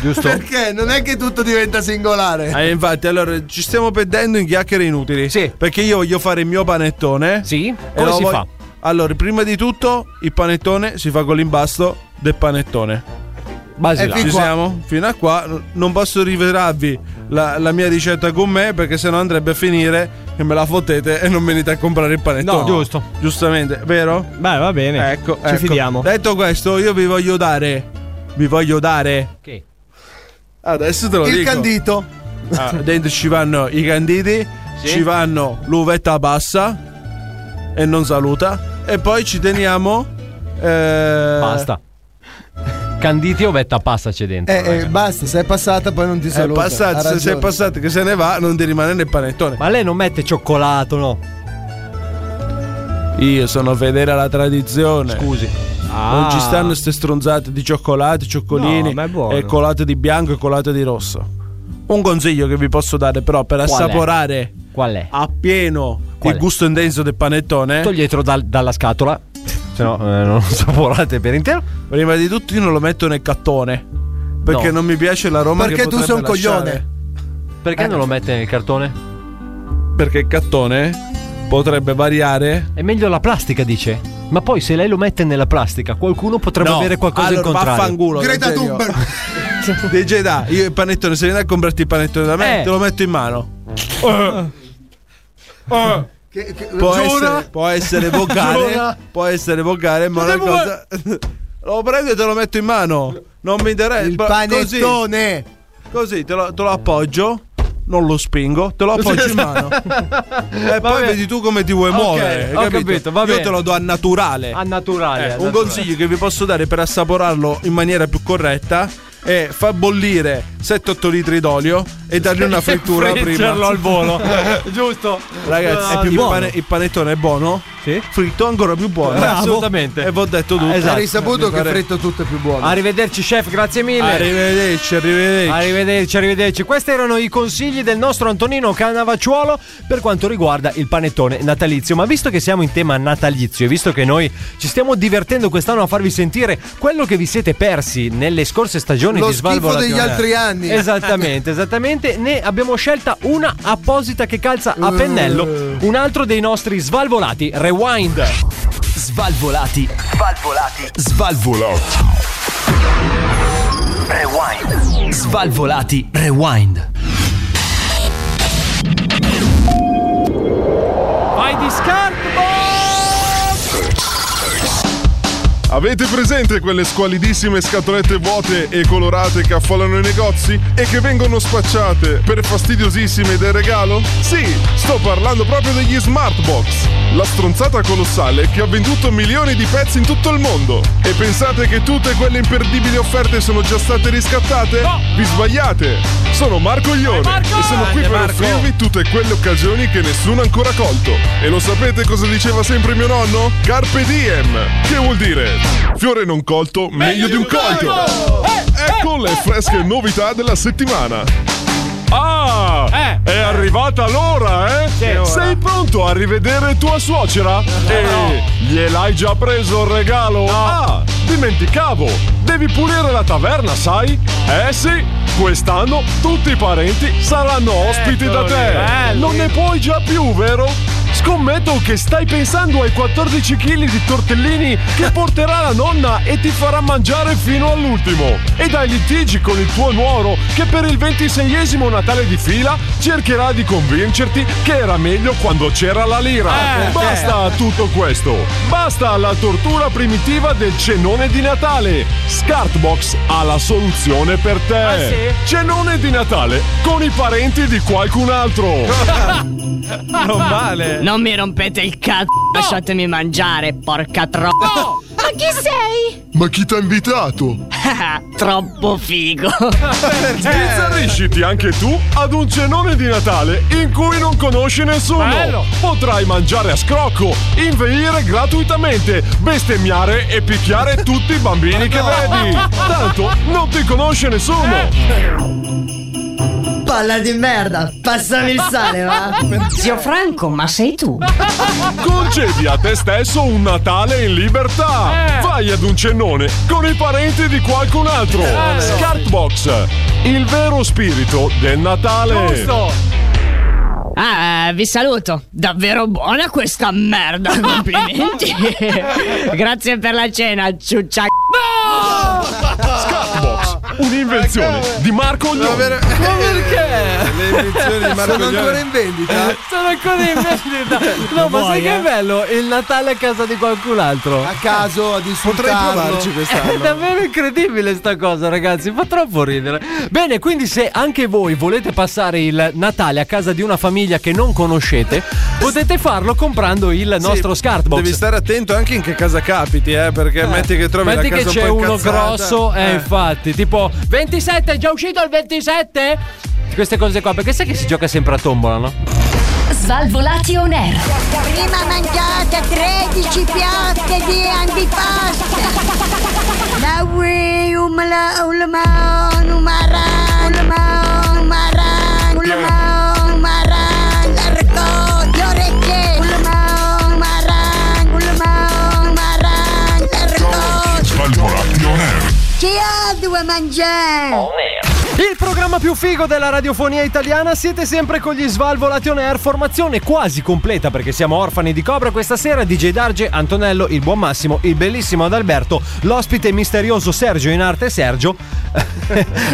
Giusto?
Perché non è che tutto diventa singolare.
Eh, infatti, allora ci stiamo perdendo in chiacchiere inutili. Sì. Perché io voglio fare il mio panettone.
Sì.
Come si fa?
Allora, prima di tutto, il panettone si fa con l'imbasto del panettone.
Basilare. E
Ci
fin qua.
siamo? Fino a qua. N- Non posso rivelarvi la, la mia ricetta con me perché sennò andrebbe a finire che me la fottete e non venite a comprare il panettone.
No. Giusto.
Giustamente, vero?
Beh, va bene.
Ecco,
ci
ecco.
fidiamo.
Detto questo, io vi voglio dare. Vi voglio dare.
Che?
Adesso te lo
Il
dico.
candito.
Ah, dentro ci vanno i canditi,
Sì.
ci vanno l'uvetta bassa e non saluta. E poi ci teniamo. eh,
Basta. Canditi o vetta pasta c'è dentro.
Eh, eh, basta, se è passata poi non ti
È
saluta.
passato,
Ha
se sei
ragione.
passato che se ne va, non ti rimane nel panettone.
Ma lei non mette cioccolato, no?
Io sono fedele alla tradizione.
Scusi. Ah.
Non ci stanno queste stronzate di cioccolato, cioccolini
No, ma è buono.
e colate di bianco e colate di rosso. Un consiglio che vi posso dare, però, per
Qual è?
assaporare
Qual è?
appieno
Qual
il
è?
gusto intenso del panettone.
Toglietelo eh. dal- dalla scatola. Se no, eh, non saporate per intero.
Prima di tutto, io non lo metto nel cattone. Perché
No.
non mi piace l'aroma
Perché
che
tu sei un
potrebbe lasciare.
coglione.
Perché non lo mette nel cartone?
Perché il cattone potrebbe variare.
È meglio la plastica, dice. Ma poi se lei lo mette nella plastica, qualcuno potrebbe
No,
avere qualcosa
allora,
in contrario.
vaffanculo, Greta Antonio. Thunberg. DJ da, io il panettone, se vieni a comprarti il panettone da me,
Eh.
te lo metto in mano. Ah.
Che- che-
può,
giura?
essere, può essere vocale,
Giura?
può essere vocale, ma una
Devo-
cosa. lo prendo e te lo metto in mano. Non mi interessa.
Il
Bra-
panettone.
Così, così te, lo, te lo appoggio. Non lo spingo, te lo appoggio in
cioè,
mano. e poi
bene.
vedi tu come ti vuoi
Ok,
muovere.
ho
hai
capito, va
Io
bene.
te lo do a naturale.
A naturale,
Eh,
a
un
naturale.
consiglio che vi posso dare per assaporarlo in maniera più corretta è far bollire 7-8 litri d'olio e dargli una frittura prima.
Friggerlo al volo. Giusto.
Ragazzi,
Ah,
il,
buono.
pane- il panettone è buono? Sì. Fritto ancora più buono.
Bravo. Ah, Assolutamente.
E vi ho detto tutto.
Ah, esatto.
Hai risaputo che
Pare-
fritto tutto è più buono.
Arrivederci chef, grazie mille.
Arrivederci, arrivederci.
Arrivederci, arrivederci. Questi erano i consigli del nostro Antonino Canavacciuolo per quanto riguarda il panettone natalizio. Ma visto che siamo in tema natalizio e visto che noi ci stiamo divertendo quest'anno a farvi sentire quello che vi siete persi nelle scorse stagioni
Lo
di Svalvo
schifo degli altri anni.
Esattamente, esattamente. Ne abbiamo scelta una apposita che calza a pennello un altro dei nostri svalvolati rewind. Svalvolati.
Svalvolati.
Svalvolati.
Rewind.
Svalvolati Rewind. Vai di
Avete presente quelle squalidissime scatolette vuote e colorate che affollano i negozi e che vengono spacciate per fastidiosissime del regalo? Sì, sto parlando proprio degli Smartbox, la stronzata colossale che ha venduto milioni di pezzi in tutto il mondo. E pensate che tutte quelle imperdibili offerte sono già state riscattate? Vi sbagliate! Sono Marco Ione e sono qui per offrirvi tutte quelle occasioni che nessuno ha ancora colto. E lo sapete cosa diceva sempre mio nonno? Carpe diem! Che vuol dire? Fiore non colto, meglio di un colto! Ecco le fresche novità della settimana. Ah! È arrivata l'ora, eh? Sei pronto a rivedere tua suocera? E gliel'hai già preso il regalo? Ah, dimenticavo! Devi pulire la taverna, sai? Eh sì, quest'anno tutti i parenti saranno ospiti da te. Non ne puoi già più, vero? Scommetto che stai pensando ai 14 kg di tortellini che porterà la nonna e ti farà mangiare fino all'ultimo. E dai litigi con il tuo nuoro che per il 26esimo Natale di fila cercherà di convincerti che era meglio quando c'era la lira.
Eh,
Basta a tutto questo. Basta la tortura primitiva del cenone di Natale. Scartbox ha la soluzione per te.
Ah, sì?
Cenone di Natale con i parenti di qualcun altro.
Non
male.
Non mi rompete il cazzo. Lasciatemi mangiare, porca tro.
Ma chi sei?
Ma chi ti ha invitato?
Troppo figo.
Sbizzarrisciti anche tu ad un cenone di Natale in cui non conosci nessuno.
Bello.
Potrai mangiare a scrocco, inveire gratuitamente, bestemmiare e picchiare tutti i bambini che vedi. Tanto non ti conosce nessuno.
Palla di merda, passami il sale, va. Zio Franco, ma sei tu?
Concedi a te stesso un Natale in libertà. Vai ad un cennone con i parenti di qualcun altro. Scartbox, il vero spirito del Natale.
Ah, eh, vi saluto. Davvero buona questa merda. Complimenti. Grazie per la cena, ciuccia.
Scartbox, un'invenzione di Marco Lione.
Ma perché?
Le edizioni di Marco
Sono ancora in vendita?
Sono ancora in vendita. No, ma sai che è bello? Il Natale a casa di qualcun altro.
A caso, a disfruttarlo.
È davvero incredibile sta cosa, ragazzi. Fa troppo ridere. Bene, quindi se anche voi volete passare il Natale a casa di una famiglia che non conoscete, potete farlo comprando il nostro scartbox.
Devi stare attento anche in che casa capiti, eh, perché metti che trovi
Metti
la
che
casa un
c'è
po'
uno
incazzata.
grosso, eh, infatti, tipo 27, è già uscito il 27? Queste cose qua, perché sai che si gioca sempre a tombola, no?
Svalvolati on air.
Prima mangiate 13 piatte di antipasto. La ui umla ulman umaran ulman umaran ulman umaran l'arco um le orecchie Um ulman umaran ulman umaran l'arco
Svalvolati on air.
chi ha due mangiare?
On air.
Il programma più figo della radiofonia italiana siete sempre con gli Svalvolati on Air, formazione quasi completa perché siamo orfani di Cobra questa sera, DJ Darge, Antonello, il buon Massimo, il bellissimo Adalberto, l'ospite misterioso Sergio in arte Sergio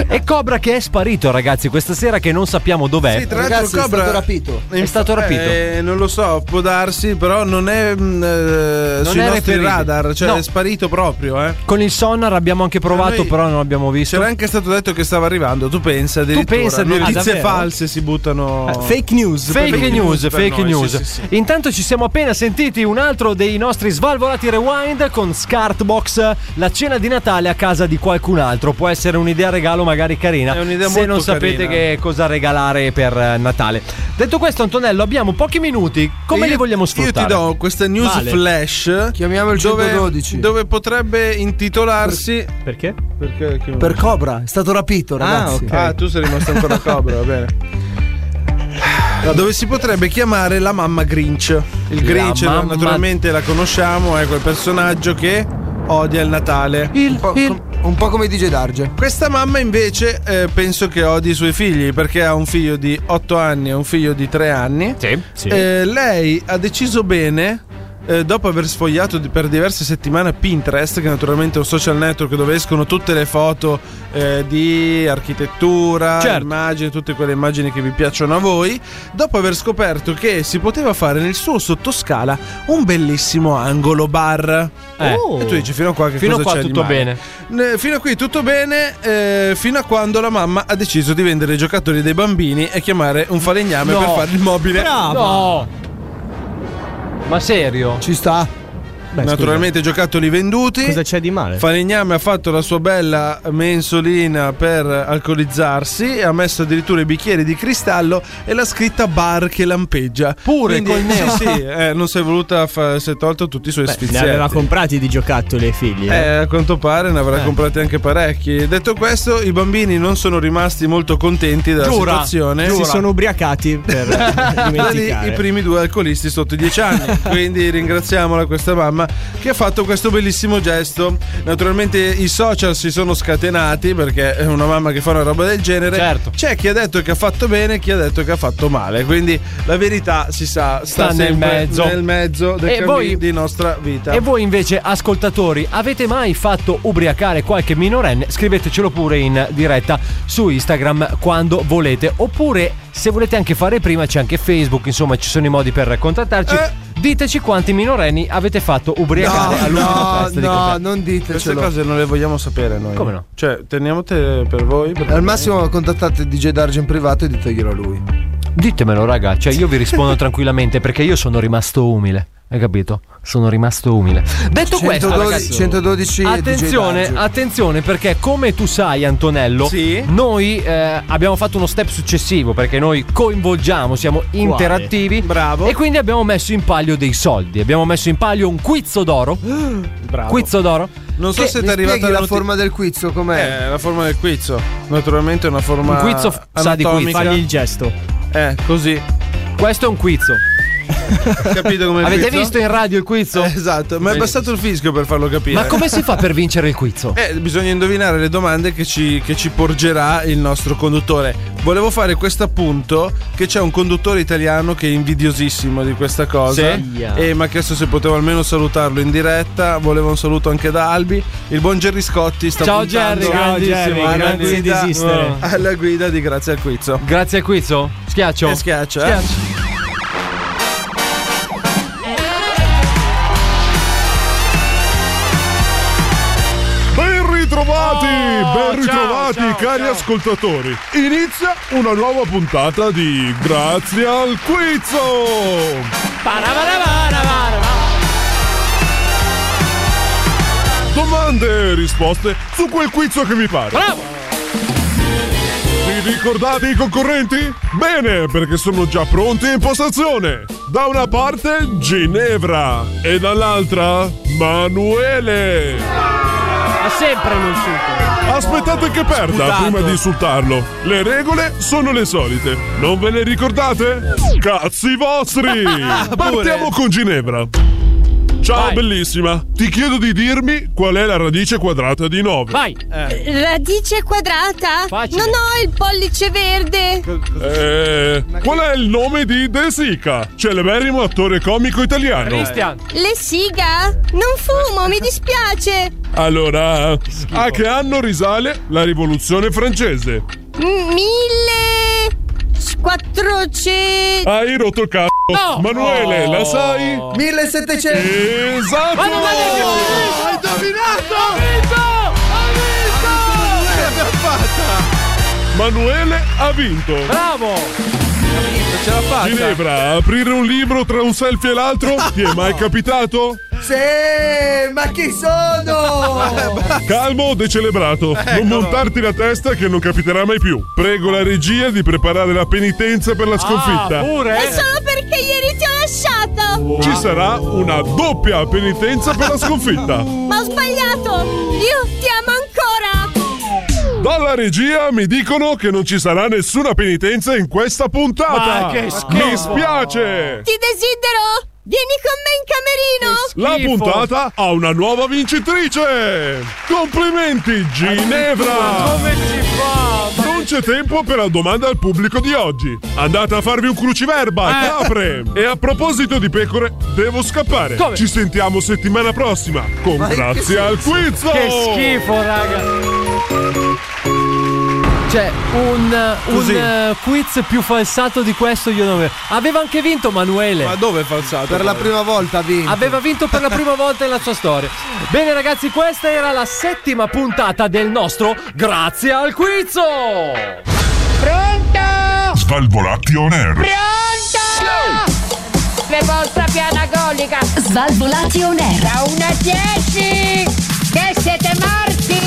e Cobra che è sparito ragazzi questa sera che non sappiamo dov'è.
Sì, tra l'altro
Ragazzi, è
Cobra
stato rapito.
È stato rapito.
Eh, non lo so, può darsi, però non è mm, eh, sui
è
nostri
reperibile.
radar, cioè
No.
è sparito proprio, eh.
Con il sonar abbiamo anche provato,
Cioè, noi-
però non l'abbiamo visto.
C'era anche stato detto che stava arrivando, tu pensa addirittura.
pensa addirittura.
notizie
Ah, davvero? Ah,
false si buttano
Oh. Fake, news,
Eh, per
fake
noi,
news.
sì, sì, sì.
Intanto ci siamo appena sentiti un altro dei nostri svalvolati rewind con Scartbox, la cena di Natale a casa di qualcun altro. Può essere un'idea regalo magari carina.
È un'idea
se
molto
non sapete
carina.
che cosa regalare per eh, Natale. Detto questo, Antonello, abbiamo pochi minuti. Come
Io-
li vogliamo sfruttare?
Io ti do questa news
Vale.
flash. Chiamiamo
il
dove,
112.
Dove potrebbe intitolarsi.
Perché?
Perché?
Per Cobra, è stato rapito, ragazzi.
Ah, ok. Ah, tu sei rimasto ancora cobra, va bene. Ah, Dove si potrebbe chiamare la mamma Grinch. Il
La
Grinch,
mamma-
naturalmente la conosciamo, è quel personaggio che odia il Natale. un, po',
come dice Darge.
Questa mamma invece eh, penso che odi i suoi figli perché ha un figlio di 8 anni e un figlio di 3 anni.
sì.
Eh, lei ha deciso bene. eh, dopo aver sfogliato di- per diverse settimane Pinterest, che naturalmente è un social network dove escono tutte le foto eh, di architettura,
Certo.
immagini, tutte quelle immagini che vi piacciono a voi, dopo aver scoperto che si poteva fare nel suo sottoscala un bellissimo angolo bar.
Eh.
E tu dici fino a qua che
Fino a
cosa
qua
c'è di
tutto
male?
bene.
Ne- Fino a qui tutto bene, eh, fino a quando la mamma ha deciso di vendere i giocattoli dei bambini e chiamare un falegname
No.
per fare il mobile.
No. Ma serio?
Ci sta.
Naturalmente giocattoli venduti. Cosa
c'è di male?
Falegname ha fatto la sua bella mensolina per alcolizzarsi, ha messo addirittura i bicchieri di cristallo e la scritta bar che lampeggia.
Pure
Quindi-
col neo.
Sì, sì, eh, non si è voluta, fa- si è tolto tutti i suoi
Beh, ne
sfiziati.
aveva comprati di giocattoli ai figli. Eh.
Eh, a quanto pare ne avrà comprati anche parecchi. Detto questo, i bambini non sono rimasti molto contenti della
Giura,
situazione.
giura. Si sono ubriacati per dimenticare.
I primi due alcolisti sotto i dieci anni. Quindi ringraziamola questa mamma che ha fatto questo bellissimo gesto. Naturalmente i social si sono scatenati perché è una mamma che fa una roba del genere.
Certo.
C'è chi ha detto che ha fatto bene, chi ha detto che ha fatto male. Quindi la verità si sa, sta,
Sta nel
sempre
mezzo.
nel mezzo del
E
cammin-
voi-
di nostra vita.
E voi invece, ascoltatori, avete mai fatto ubriacare qualche minorenne? Scrivetecelo pure in diretta su Instagram quando volete. Oppure, se volete anche fare prima, c'è anche Facebook, insomma, ci sono i modi per contattarci. Diteci quanti minorenni avete fatto ubriacare
Eh. No,
all'ultima
no,
festa di
no,
compleanno.
non
Queste
ditecelo.
cose non le vogliamo sapere noi.
Come no?
Cioè, teniamote per voi. per
Al
noi.
massimo contattate DJ Darge in privato e diteglielo a lui.
Ditemelo, raga, cioè io vi rispondo tranquillamente perché io sono rimasto umile. Hai capito? Sono rimasto umile. Detto questo,
112
ragazzi,
112
Attenzione,
DJ Darge.
attenzione, perché come tu sai, Antonello, noi eh, abbiamo fatto uno step successivo perché noi coinvolgiamo, siamo interattivi.
Bravo.
E quindi abbiamo messo in palio dei soldi. Abbiamo messo in palio un quizzo d'oro.
Bravo.
Quizzo d'oro.
Non so
che-
se ti
mi
è arrivata
spieghi
la
la
notizia-
forma del quizzo com'è?
Eh, la forma del quizzo. Naturalmente è una forma.
Un quizzo f- sa di quiz.
anatomica.
gesto.
Eh, così.
Questo è un quizzo.
Capito come
Avete visto in radio il quizzo?
esatto, ma è bastato il fischio per farlo capire.
Ma come si fa per vincere il quizzo?
Eh, bisogna indovinare le domande che ci, che ci porgerà il nostro conduttore. Volevo fare questo appunto che c'è un conduttore italiano che è invidiosissimo di questa cosa.
Sì? Yeah.
E mi ha chiesto se potevo almeno salutarlo in diretta. Volevo un saluto anche da Albi. Il buon Gerry Scotti sta
Ciao,
puntando
Gerry, grandissimo,
alla
grandissimo.
guida-
Grazie di esistere.
alla guida di Grazie al Quizzo.
Grazie al quizzo? Schiaccio?
E schiaccia. eh?
Schiaccio.
Ben ritrovati, ben ritrovati cari ascoltatori. Inizia una nuova puntata di Grazie al Quizzo. Domande e risposte su quel quizzo che vi pare. Vi ricordate i concorrenti? Bene, perché sono già pronti in postazione. Da una parte Ginevra e dall'altra Manuele.
Ha sempre lo insulto.
Aspettate che perda
Sputato.
prima di insultarlo. Le regole sono le solite. Non ve le ricordate? Cazzi vostri!
Pure.
Partiamo con Ginevra. Ciao bellissima, ti chiedo di dirmi qual è la radice quadrata di 9.
Vai.
Eh,
Radice quadrata? Non ho il pollice verde.
Eh, qual è il nome di De Sica, celeberrimo attore comico italiano?
Le siga? Non fumo, mi dispiace.
Allora, a che anno risale la rivoluzione francese?
M- Mille. Quattrocento.
Hai rotto il cazzo.
No.
Manuele, la sai?
1700.
Esatto.
Ma non l'avevo
detto.
Hai
indovinato!
Ha vinto!
Ha vinto! Manuele ha vinto.
Bravo.
Ce l'ha fatta. Ginevra, aprire un libro tra un selfie e l'altro ti è mai capitato?
Sì, ma chi sono?
Calmo, decelebrato. Non montarti la testa che non capiterà mai più. Prego la regia di preparare la penitenza per la sconfitta.
È solo perché ieri ti ho lasciato.
Ci sarà una doppia penitenza per la sconfitta.
Ma ho sbagliato. Io ti amo ancora.
Dalla regia mi dicono che non ci sarà nessuna penitenza in questa puntata.
Ma che schifo.
Mi spiace.
Ti desidero. Vieni con me in camerino.
La puntata ha una nuova vincitrice. Complimenti Ginevra.
Come si fa?
Non c'è tempo per la domanda al pubblico di oggi. Andate a farvi un cruciverba,
Eh.
capre. E a proposito di pecore, devo scappare.
Come?
Ci sentiamo settimana prossima con
Ma in che
Grazie al
senso?
Quiz.
Che schifo, raga. Cioè, un, un,
Così.
eh, quiz più falsato di questo io non avevo. Aveva anche vinto Manuele.
Ma dove è falsato?
Per la prima volta ha vinto.
Aveva vinto per la prima volta nella sua storia. Bene ragazzi, questa era la settima puntata del nostro Grazie al Quizzo!
Pronto?
Svalvolati on air.
Pronto? Le vostra pianagolica.
Svalvolati on air.
Da 1 a 10. Che siete morti.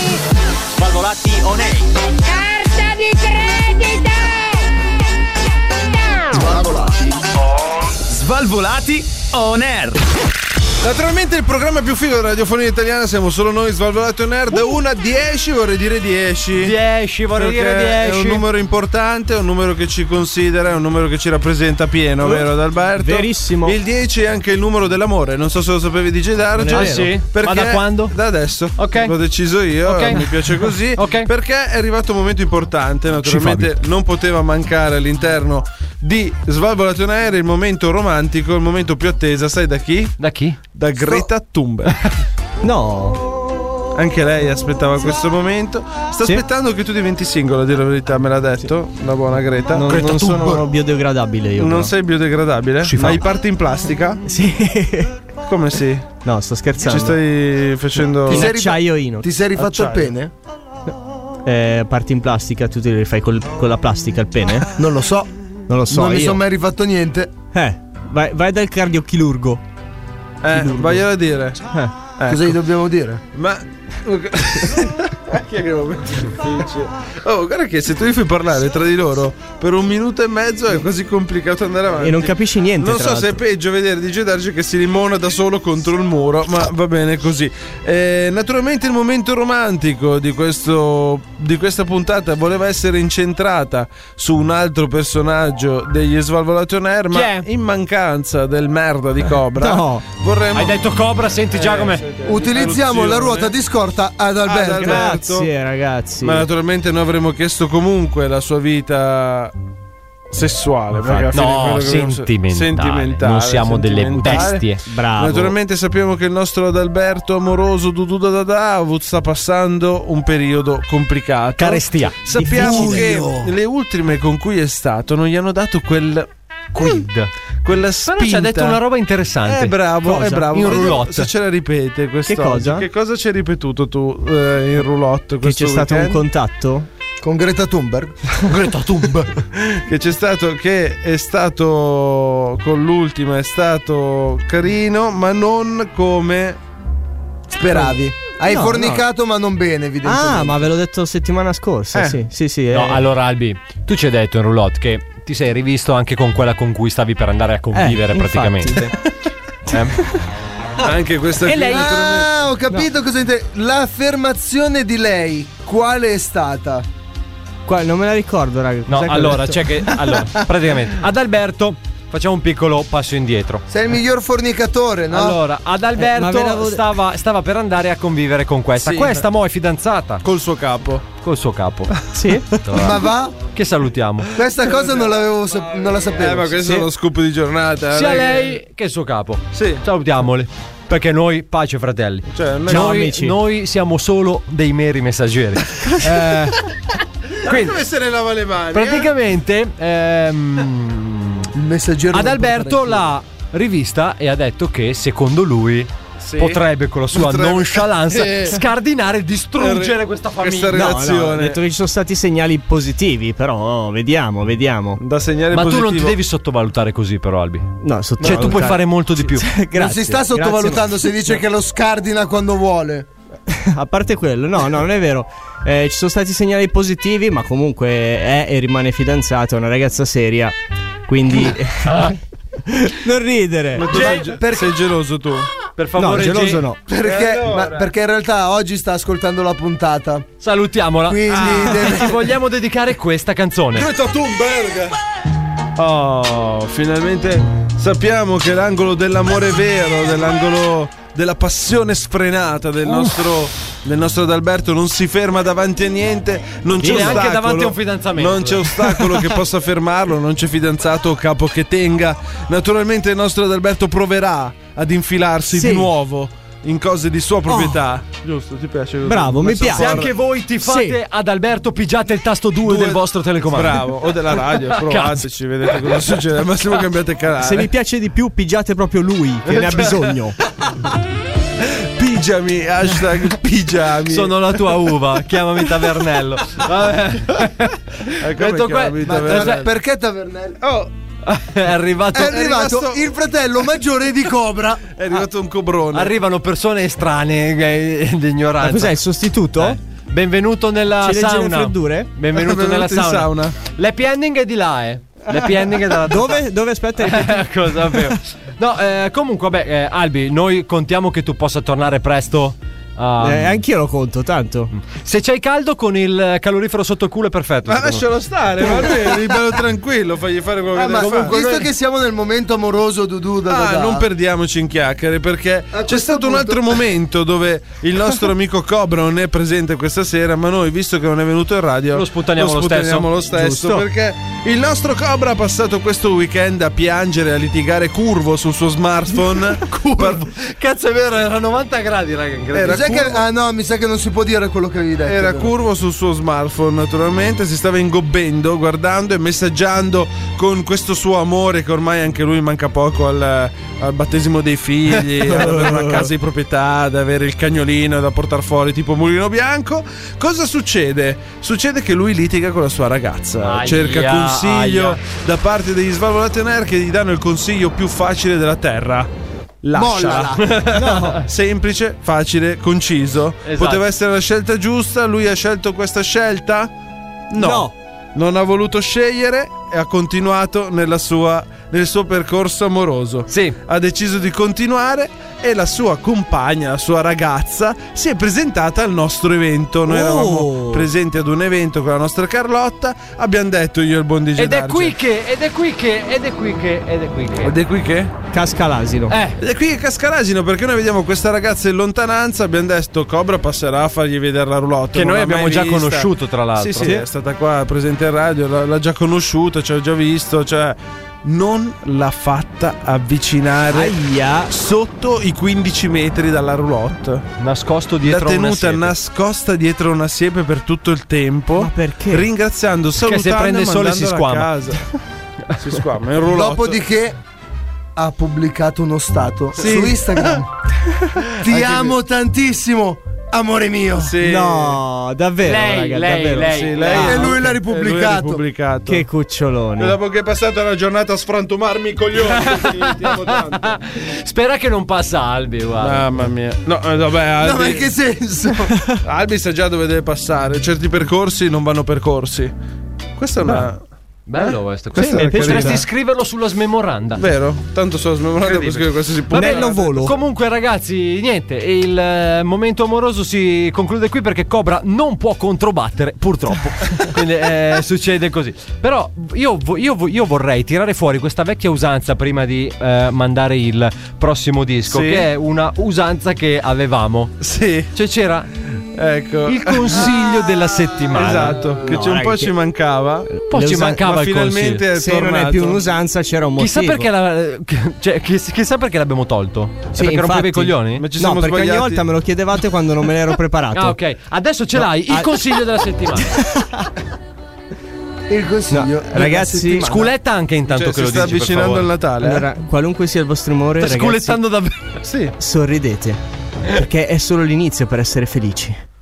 Svalvolati on air.
Carta di credito.
Svalvolati
Svalvolati on air. Naturalmente il programma più figo della radiofonia italiana siamo solo noi, Svalvolati on air. Da 1 a 10 vorrei dire 10.
10, Uh. vorrei
Perché
dire 10.
È un numero importante, è un numero che ci considera, è un numero che ci rappresenta
Uh.
pieno, vero ad Alberto?
Verissimo.
Il 10 è anche il numero dell'amore, non so se lo sapevi di Darge.
Non è vero. Ah, sì?
Perché
Ma da quando?
Da adesso.
Ok.
L'ho deciso io,
Ok.
mi piace così. Perché è arrivato un momento importante, naturalmente non poteva mancare all'interno di Svalvolati on Air il momento romantico, il momento più attesa, sai da chi?
Da chi?
Da Greta Thunberg.
no.
Anche lei aspettava questo momento. Sta
Sì.
aspettando che tu diventi single, a dire la verità, me l'ha detto la buona Greta.
Non, non sono biodegradabile io.
non
però.
sei biodegradabile?
fa.
Hai parti in plastica? sì. Come sì?
No, sto scherzando.
Ci stai facendo.
In acciaio inox.
Ti sei rifatto il
Acciaio.
pene?
Eh, parti in plastica, tu te le fai col- con la plastica al pene?
Non lo so.
Non lo so.
non mi
io-
sono mai rifatto niente.
Eh, vai, vai dal cardiochirurgo.
Eh,
Chirurgo.
vaglielo a dire. Eh,
Cosa gli
ecco.
dobbiamo dire?
Ma. che momento difficile. Oh, guarda che se tu li fai parlare tra di loro per un minuto e mezzo è così complicato andare avanti.
E non capisci niente.
Non
tra
so se è
l'altro.
peggio vedere DJ Darge che si limona da solo contro il muro, ma va bene così. Eh, naturalmente il momento romantico di, questo- di questa puntata voleva essere incentrata su un altro personaggio degli Svalvolati on Air, ma in mancanza del merda di Cobra,
No.
vorremmo...
Hai detto Cobra, senti già
Eh.
come...
Utilizziamo la ruota di scorta ad Alberto.
Ad Alberto.
eh,
Grazie, ragazzi.
Ah, esatto. Ma naturalmente noi avremmo chiesto comunque la sua vita sessuale. perché alla fine
No,
quello che-
sentimentale.
sentimentale,
Non siamo delle
sentimentale.
bestie.
Bravo.
Naturalmente sappiamo che il nostro Adalberto amoroso Dudu da da da avu- sta passando un periodo complicato.
Carestia.
Sappiamo
Difficile.
che le ultime con cui è stato non gli hanno dato quel
Quid.
quella spinta.
Però ci ha detto una roba interessante.
È bravo,
Cosa?
è bravo.
In
Vediamo
roulotte.
Se ce la ripete questa
cosa?
Che cosa ci hai ripetuto tu eh, in roulotte
Che
questo
c'è stato un
weekend?
contatto?
Con Greta Thunberg?
Greta Thunberg che c'è stato che è stato con l'ultima è stato carino ma non come
Speravi. Hai
No,
fornicato, ma non bene, evidentemente.
Ah, ma ve l'ho detto settimana scorsa.
Eh.
Sì, sì, sì.
No,
eh.
allora Albi, tu ci hai detto in roulotte che ti sei rivisto anche con quella con cui stavi per andare a convivere
Eh,
praticamente. Eh?
anche questa
E lei-
Ah, ho capito cosa intendi. L'affermazione di lei, quale è stata?
Qua, non me la ricordo, raga.
No,
cos'è che ho
allora,
detto?
c'è che allora, praticamente ad Alberto
Facciamo un piccolo passo indietro.
Sei il
Eh.
miglior fornicatore, no?
Allora, ad Alberto
Eh, ma ve l'avevo-
stava, stava per andare a convivere con questa.
Sì.
questa mo è fidanzata. Col suo capo. Col suo capo. Sì.
Ma va?
Che salutiamo.
Eh,
Questa cosa non l'avevo sap- non la sapevo.
Eh, ma questo è uno
scoop di giornata.
Sia
non è che-
lei che il suo capo. Sì. Salutiamoli. Perché noi, pace fratelli.
Cioè, non è- Ciao,
noi,
amici.
noi siamo solo dei meri messaggeri. eh, quindi-
Come se ne lava le mani?
Praticamente ehm, ad Alberto l'ha rivista e ha detto che secondo lui
Sì.
potrebbe con la sua
Potrebbe.
nonchalance
Eh.
scardinare e distruggere questa famiglia.
No, no, ho detto che ci sono stati segnali positivi, però oh, vediamo, vediamo.
Da segnali
Ma tu non ti devi sottovalutare così però Albi.
No,
Cioè tu puoi
sottovalutare-
fare molto di più.
non si sta sottovalutando se dice che lo scardina quando vuole.
A parte quello, no, no, non è vero. Eh, ci sono stati segnali positivi, ma comunque è e rimane fidanzata, è una ragazza seria. Quindi non ridere.
Ma tu sei, ge- sei geloso tu?
Per
favore, No, geloso G. no.
Perché, ma perché in realtà oggi sta ascoltando la puntata.
Salutiamola.
Quindi deve-
Ti vogliamo dedicare questa canzone.
Greta Thunberg! Oh, finalmente sappiamo che l'angolo dell'amore vero, dell'angolo della passione sfrenata del nostro, del nostro Adalberto non si ferma davanti a niente, non c'è
E neanche
ostacolo,
davanti a un fidanzamento.
Non c'è ostacolo che possa fermarlo, non c'è fidanzato o capo che tenga. Naturalmente il nostro Adalberto proverà ad infilarsi
Sì. Oh.
di nuovo in cose di sua proprietà. Giusto, ti piace? così? Messo
Se
fuori.
anche voi ti fate ad Alberto, pigiate il tasto 2 del vostro telecomando.
Bravo, o della radio, provateci, vedete cosa succede. Al massimo cambiate canale.
Se vi piace di più, pigiate proprio lui, che ne ha
Cioè-
bisogno.
Pigiami, hashtag pigiami.
Sono la tua uva, chiamami Tavernello. Vabbè.
Eh,
Detto que-
Ma
Ma-
tra- perché Tavernello?
Oh,
è arrivato,
È arrivato il fratello maggiore di Cobra.
È arrivato un cobrone.
Arrivano persone estranee eh, ed ignoranti.
Ma cos'è, il sostituto?
Benvenuto nella
Ci legge le
sauna.
freddure?
Benvenuto,
Benvenuto
nella
in
sauna.
sauna.
L'happy ending è di là, eh. L'happy ending è dalla
Dove? Eh, Dove aspetta?
Ecco, sapevo. No, eh, comunque, beh, eh, Albi, noi contiamo che tu possa tornare presto. ehm,
Eh, anch'io lo conto, tanto.
Se c'hai caldo con il calorifero sotto il culo è perfetto.
Ma
secondo me.
lascialo stare, ma lui è bello tranquillo, fagli fare quello
Ah,
che
ma
deve fare.
visto che siamo nel momento amoroso, Dudu, da, da,
Ah,
da.
non perdiamoci in chiacchiere perché c'è
questo
stato un
punto.
altro momento dove il nostro amico Cobra non è presente questa sera, ma noi, visto che non è venuto in radio,
Lo sputtaniamo lo stesso.
sputtaniamo lo stesso,
Giusto.
perché il nostro Cobra ha passato questo weekend a piangere, a litigare curvo sul suo smartphone. curvo.
Cazzo, è vero, era 90 gradi, raga. incredibile.
Eh,
Mi sa che- ah no, mi sa che non si può dire quello che avevi detto.
Era
però.
curvo sul suo smartphone, naturalmente, si stava ingobbendo, guardando e messaggiando con questo suo amore che ormai anche lui manca poco al, al battesimo dei figli, ad avere una casa di proprietà, ad avere il cagnolino da portare fuori tipo mulino bianco. Cosa succede? Succede che lui litiga con la sua ragazza,
Aia,
cerca consiglio
aia.
da parte degli Svalvolati on Air che gli danno il consiglio più facile della terra. Lasciala. Semplice, facile, conciso.
Esatto.
Poteva essere la scelta giusta, lui ha scelto questa scelta? No.
No.
Non ha voluto scegliere e ha continuato nella sua- nel suo percorso amoroso.
Sì.
Ha deciso di continuare e la sua compagna, la sua ragazza, si è presentata al nostro evento. Noi
Oh.
eravamo presenti ad un evento con la nostra Carlotta, abbiamo detto io e il buon DJ
Ed è
Darge.
qui che, ed è qui che, ed è qui che, ed è qui che.
Ed è qui che?
Casca l'asino.
Eh.
Ed è qui che casca l'asino perché noi vediamo questa ragazza in lontananza. Abbiamo detto Cobra passerà a fargli vedere la roulotte.
Che
non
noi
l'ha mai
abbiamo già
vista.
conosciuto, tra l'altro.
Sì, sì,
Sì.
è stata qua presente in radio, l'ha, l'ha già conosciuta, ci ha già visto. Cioè, non l'ha fatta avvicinare
Aia.
sotto i 15 metri dalla roulotte.
Nascosto
L'ha
dietro a una
tenuta
siepe.
nascosta dietro una siepe per tutto il tempo. Ma
perché?
Ringraziando,
Perché se
salutando
prende
e
il sole si
mandandola a
squama.
casa. si squama, è un roulotte.
Dopodiché ha pubblicato uno stato
Sì.
su Instagram. Ti
Anche
amo tantissimo, amore mio.
Sì.
No, davvero,
Lei,
raga,
lei,
davvero.
lei.
Sì, lei-
E lui l'ha
E
ripubblicato.
ripubblicato.
Che cuccioloni.
E dopo che è passata la giornata a sfrantumarmi i coglioni, ti- ti amo tanto.
Spera che non passa Albi, guarda.
Mamma mia. No, eh, vabbè, Albi,
No, ma in che senso?
Albi sa già dove deve passare. Certi percorsi non vanno percorsi. Questa è una.
Bello questo.
eh, Questa
Sì,
era
mi piace.
carina.
Dovresti scriverlo sulla smemoranda.
Vero? Tanto sono smemorato per scrivere qualsiasi puntata.
Comunque, ragazzi, niente. Il eh, momento amoroso si conclude qui perché Cobra non può controbattere, purtroppo. Quindi eh, succede così. Però io, vo- io vo- io vorrei tirare fuori questa vecchia usanza prima di eh, mandare il prossimo disco,
Sì.
che è una usanza che avevamo.
Sì.
Cioè c'era
Ecco.
il consiglio della settimana.
Esatto, che
No,
c'è un
raga,
po'
che-
ci mancava.
po'
Le
ci
usa-
mancava
ma
il
finalmente
consiglio.
è Se non è tornato. più un'usanza, c'era un
Chissà
motivo.
perché, la- che- cioè, chiss- chissà perché l'abbiamo tolto. È
Sì,
perché rompeva
infatti.
i coglioni?
no, perché ogni volta me lo chiedevate quando non me l'ero preparato.
Ah, ok. Adesso ce
No,
l'hai il
ah-
consiglio della settimana.
Il consiglio. della
Ragazzi,
settimana.
anche
Cioè,
intanto che lo dici, per favore.
eh.
Allora, qualunque sia il vostro umore,
Sta
ragazzi,
sculettando
davvero.
Sì.
Sorridete, perché è solo l'inizio per essere felici.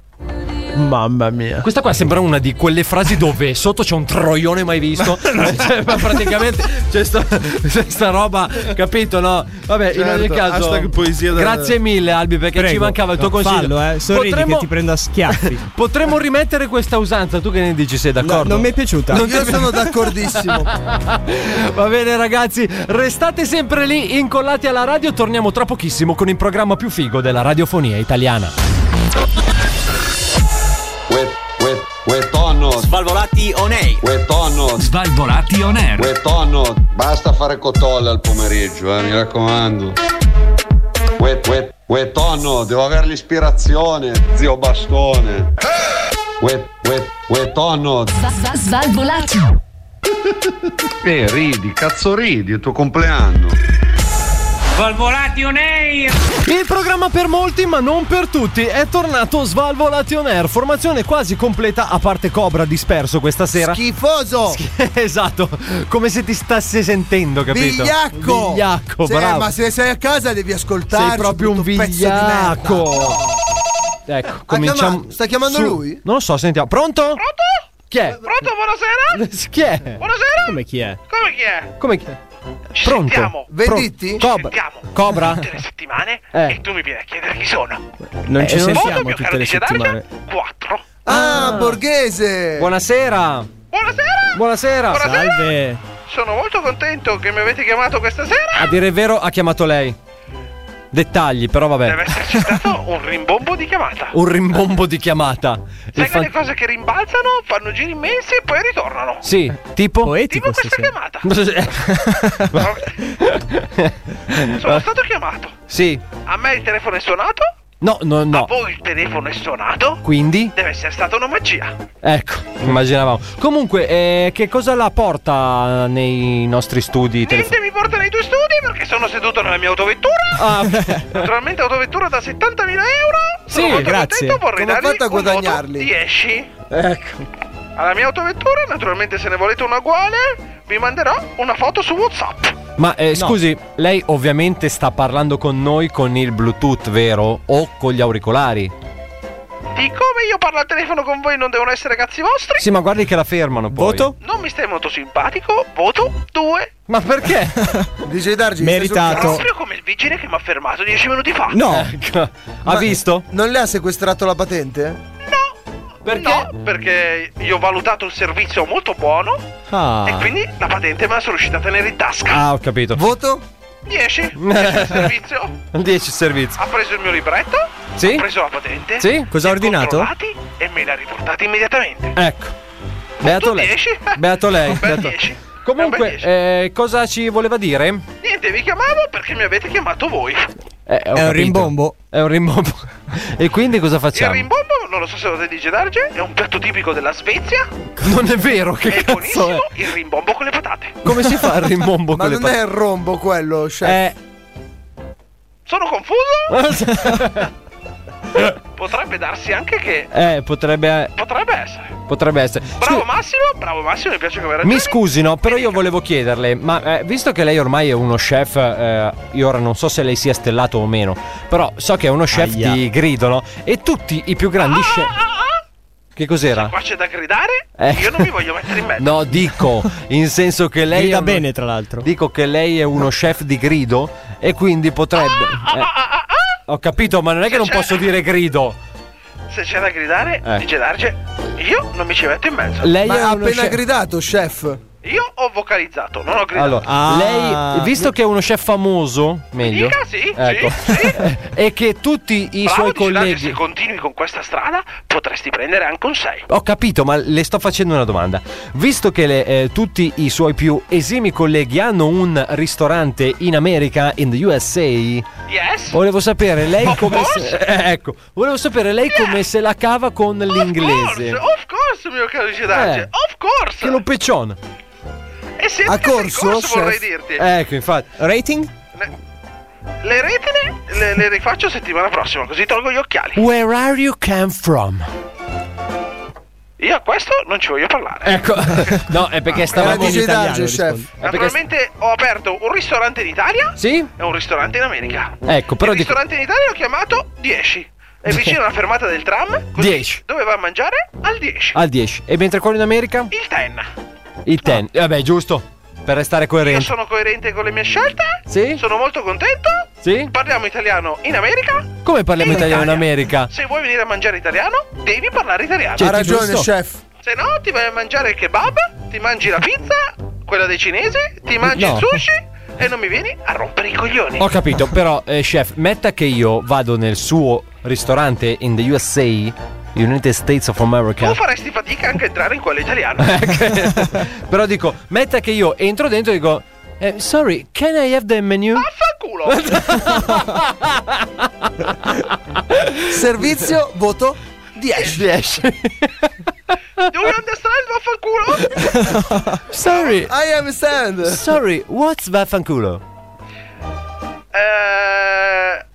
Mamma mia.
Questa qua sembra una di quelle frasi dove sotto c'è un troione mai visto. Cioè, ma praticamente
Cioè,
c'è sta, c'è sta roba, capito? No? Vabbè, in
Certo,
ogni caso.
hashtag poesia da-
Grazie mille, Albi, perché ci mancava il tuo
No,
consiglio.
Fallo, eh. Sorridi
Potremmo-
che ti prendo a schiaffi.
Potremmo rimettere questa usanza, tu che ne dici? Sei d'accordo?
non mi è piaciuta.
Non ti-
Io sono
d'accordissimo.
Va bene, ragazzi, restate sempre lì, incollati alla radio. Torniamo tra pochissimo con il programma più figo della radiofonia italiana.
Tonno. Svalvolati on air. tonno. Svalvolati on air. tonno.
Basta fare cotolle al pomeriggio, eh, mi raccomando. Uè, uè, uè, tonno, devo avere l'ispirazione, zio bastone. Uè, uè, uè, tonno.
Svalvolati.
Eh, ridi, cazzo ridi, è il tuo compleanno.
Svalvolati on air! Il programma per molti, ma non per tutti, è tornato Svalvolati on air. Formazione quasi completa, a parte Cobra disperso questa sera.
Schifoso!
Schi- esatto, come se ti stesse sentendo, capito?
Vigliacco!
Vigliacco,
Sì,
bravo.
Ma se sei a casa devi ascoltarci.
Sei proprio un
brutto pezzo di merda.
vigliacco. Ecco, cominciamo.
chiamato- sta chiamando lui?
Non lo so, sentiamo. Pronto? Pronto? Chi è?
Pronto, buonasera?
Chi è?
Buonasera?
Come chi è?
Come chi è?
Come chi è? Pronto?
sentiamo.
Pronto?
Venditti?
Cobra.
Ci sentiamo.
Cobra?
Tutte le settimane
Eh.
e tu mi vieni a chiedere chi sono.
Non ci
Eh,
sentiamo
modo, mio
tutte
caro
le
DJ Darge,
settimane.
Quattro.
Ah, borghese!
Buonasera.
Buonasera.
Buonasera. Salve.
Sono molto contento che mi avete chiamato questa sera.
A dire il vero, ha chiamato lei. Dettagli, però vabbè.
Deve esserci stato un rimbombo di chiamata.
Un rimbombo di chiamata.
Sai
Il fan-
quelle cose che rimbalzano, fanno giri immensi e poi ritornano.
Sì, tipo.
Tipo questa chiamata.
Eh.
Sono stato chiamato.
sì.
A me il telefono è suonato.
No, no, no.
A voi il telefono è suonato.
Quindi?
Deve essere stata una magia.
Ecco, immaginavamo. Comunque, eh, che cosa la porta nei nostri studi?
Niente mi porta nei tuoi studi perché sono seduto nella mia autovettura.
Ah.
Naturalmente autovettura da 70.000 euro. Sono
Sì,
molto
grazie.
contento, vorrei
Come
dargli
fate a
un voto
guadagnarli?
10.
Ecco.
Alla mia autovettura, naturalmente se ne volete una uguale, vi manderò una foto su WhatsApp.
Ma eh,
No.
scusi, lei ovviamente sta parlando con noi con il Bluetooth, vero? O con gli auricolari?
Di come io parlo al telefono con voi non devono essere cazzi vostri.
Sì, ma guardi che la fermano poi. Voto?
Non mi stai molto simpatico. Voto 2.
Ma perché?
DJ Dargi
Proprio come il vigile che mi ha fermato 10 minuti fa.
ha visto?
Non le ha sequestrato la patente?
Perché? No, perché io ho valutato un servizio molto buono
Ah.
e quindi la patente me la sono riuscita a tenere in tasca.
Ah, ho capito.
Voto?
10. Il servizio
10 servizi.
ha preso il mio libretto,
Sì?
ha preso la patente,
Sì? Cosa
li
ha ordinato?
controllati e me l'ha riportata immediatamente.
Ecco. Beato lei. Beato lei. Beato- Comunque, eh, cosa ci voleva dire?
Niente, vi chiamavo perché mi avete chiamato voi.
Eh, ho capito. È un rimbombo. e quindi cosa
Il
facciamo?
rimbombo, non lo so se lo dice Darge, è un piatto tipico della Svezia.
Non è vero, che
è
cazzo è?
buonissimo il rimbombo con le patate.
Come si fa il rimbombo
Ma
con le
non è
patate?
il rombo quello, chef.
Sono
Eh.
confuso? Potrebbe darsi anche che.
Eh, potrebbe,
Potrebbe essere.
potrebbe essere. Scusi,
Bravo Massimo, bravo Massimo, mi piace che avete
mi scusi, no, però io volevo chiederle, ma eh, visto che lei ormai è uno chef, eh, io ora non so se lei sia stellato o meno, però so che è uno chef
Aia.
di grido, no? E tutti i più grandi
Cioè-
chef... Che cos'era?
Ah! Qua c'è da gridare?
Eh.
Io non mi voglio mettere in mezzo.
No, dico, in senso che lei...
Grida
è uno-
bene, tra l'altro.
Dico che lei è uno chef di grido e quindi potrebbe... eh,
Ah!
ho capito, ma non è che non posso dire grido.
Se c'è da gridare,
Eh.
dice Darge, io non mi ci metto in mezzo.
Lei
Ma
è
ha
uno
appena
chef-
gridato, chef.
Io ho vocalizzato, non ho gridato.
Allora, lei, visto che è uno chef famoso, meglio.
Dica, sì, sì,
ecco. e che tutti i
Bravo,
suoi
Vigilante,
colleghi.
se continui con questa strada potresti prendere anche un 6.
Ho capito, ma le sto facendo una domanda. Visto che le- eh, tutti i suoi più esimi colleghi hanno un ristorante in America, in the USA,
Yes?
volevo sapere lei
Of
come se,
course.
eh, ecco, volevo sapere lei come se la cava con l'inglese.
Of course, mio caro Gidance,
Eh.
of course.
Che lo pecciona.
E se a corso, vorrei dirti.
Ecco, infatti.
Rating?
Le retine le, le rifaccio settimana prossima, così tolgo gli occhiali.
Where are you come from?
Io a questo non ci voglio parlare.
Ecco, no, è perché stava
Era
in
DJ
italiano,
Darge,
cioè.
rispondi.
chef.
È perché-
Naturalmente ho aperto un ristorante in Italia
Sì?
e un ristorante in America.
Ecco, però
Il
dico-
ristorante in Italia l'ho chiamato 10. È vicino alla fermata del tram, così
10
doveva mangiare al 10.
al 10. E mentre quello in America?
Il 10.
Il 10. Vabbè, giusto. Per restare
Io
coerenti.
sono coerente con le mie scelte.
Sì?
Sono molto contento.
Sì?
Parliamo italiano in America.
Come parliamo
In
italiano in
Italia.
America? Cioè,
Se vuoi venire a mangiare italiano, devi parlare italiano.
ha ragione,
giusto.
chef.
Se no, ti vai a mangiare il kebab, ti mangi la pizza, quella dei cinesi, ti mangi
No.
il sushi e non mi vieni a rompere i coglioni.
Ho capito, però, eh, chef, metta che io vado nel suo ristorante in the USA, United States of America.
Tu faresti fatica anche a entrare in quello italiano.
Eh. però dico, metta che io entro dentro e dico. eh, sorry, can I have the menu?
Ah,
Vaffanculo!
Servizio, voto 10.
10.
Do you understand vaffanculo?
Sorry,
I understand.
sorry, what's vaffanculo?
Eh...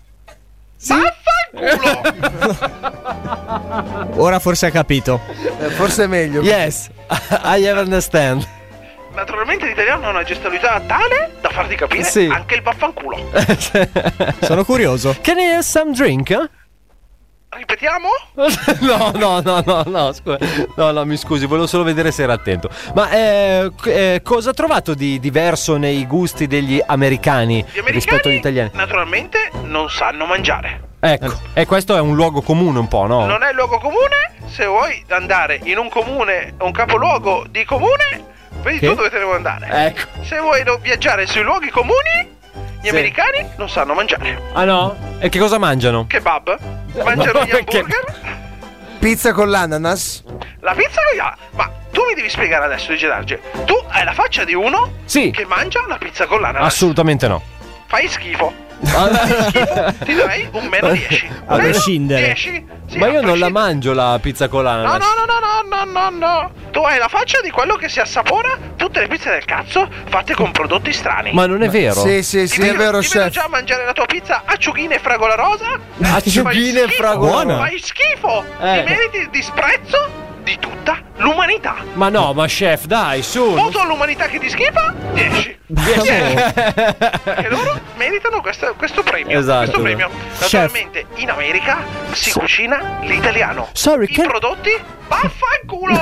Vaffanculo!
Ora forse ha capito.
Eh, forse è meglio.
Yes, I understand.
Naturalmente l'italiano ha una gestualità tale da farti capire
Sì. Eh.
anche il vaffanculo.
Sono curioso.
Can I have some drink? eh?
Ripetiamo?
No, no, no, no, no, scusa. No, no, mi scusi, volevo solo vedere se era attento. Ma eh, c- eh, cosa ha trovato di diverso nei gusti degli americani,
Gli americani
rispetto agli italiani?
naturalmente non sanno mangiare.
Ecco, e questo è un luogo comune un po', no?
Non è luogo comune, se vuoi andare in un comune, un capoluogo di comune, vedi
Che?
tu dove te ne vuoi andare.
Ecco.
Se vuoi do- viaggiare sui luoghi comuni, gli
Sì.
americani non sanno mangiare.
Ah no? E che cosa mangiano?
Kebab, mangiano
ma
gli
perché?
hamburger,
Pizza con l'ananas.
la pizza con gli ha- Ma tu mi devi spiegare adesso, DJ Darge, tu hai la faccia di uno
Sì.
che mangia la pizza con l'ananas.
Assolutamente no.
Fai schifo. Ah, Fai schifo, ti dai un meno 10.
A
Meno
prescindere.
10? Sì,
Ma
a
io non la
prescindere.
mangio la pizza colana.
No, no, no, no, no, no, no, no. Tu hai la faccia di quello che si assapora tutte le pizze del cazzo fatte con prodotti strani.
Ma non è vero?
Sì, sì, sì,
Ti vedo-
è vero,
ti vedo
chef.
già a mangiare la tua pizza acciughine e fragola rosa.
Acciughine e
Fai schifo,
fragola. Buona.
Fai schifo. Ti
Eh.
meriti il disprezzo di tutta l'umanità.
Ma no, ma chef, dai, su.
Voto all'umanità che ti schifa, 10. Perché loro meritano questo, questo premio.
Esatto.
Questo premio. Naturalmente in America si cucina l'italiano.
Sorry,
I
che-
prodotti vaffanculo.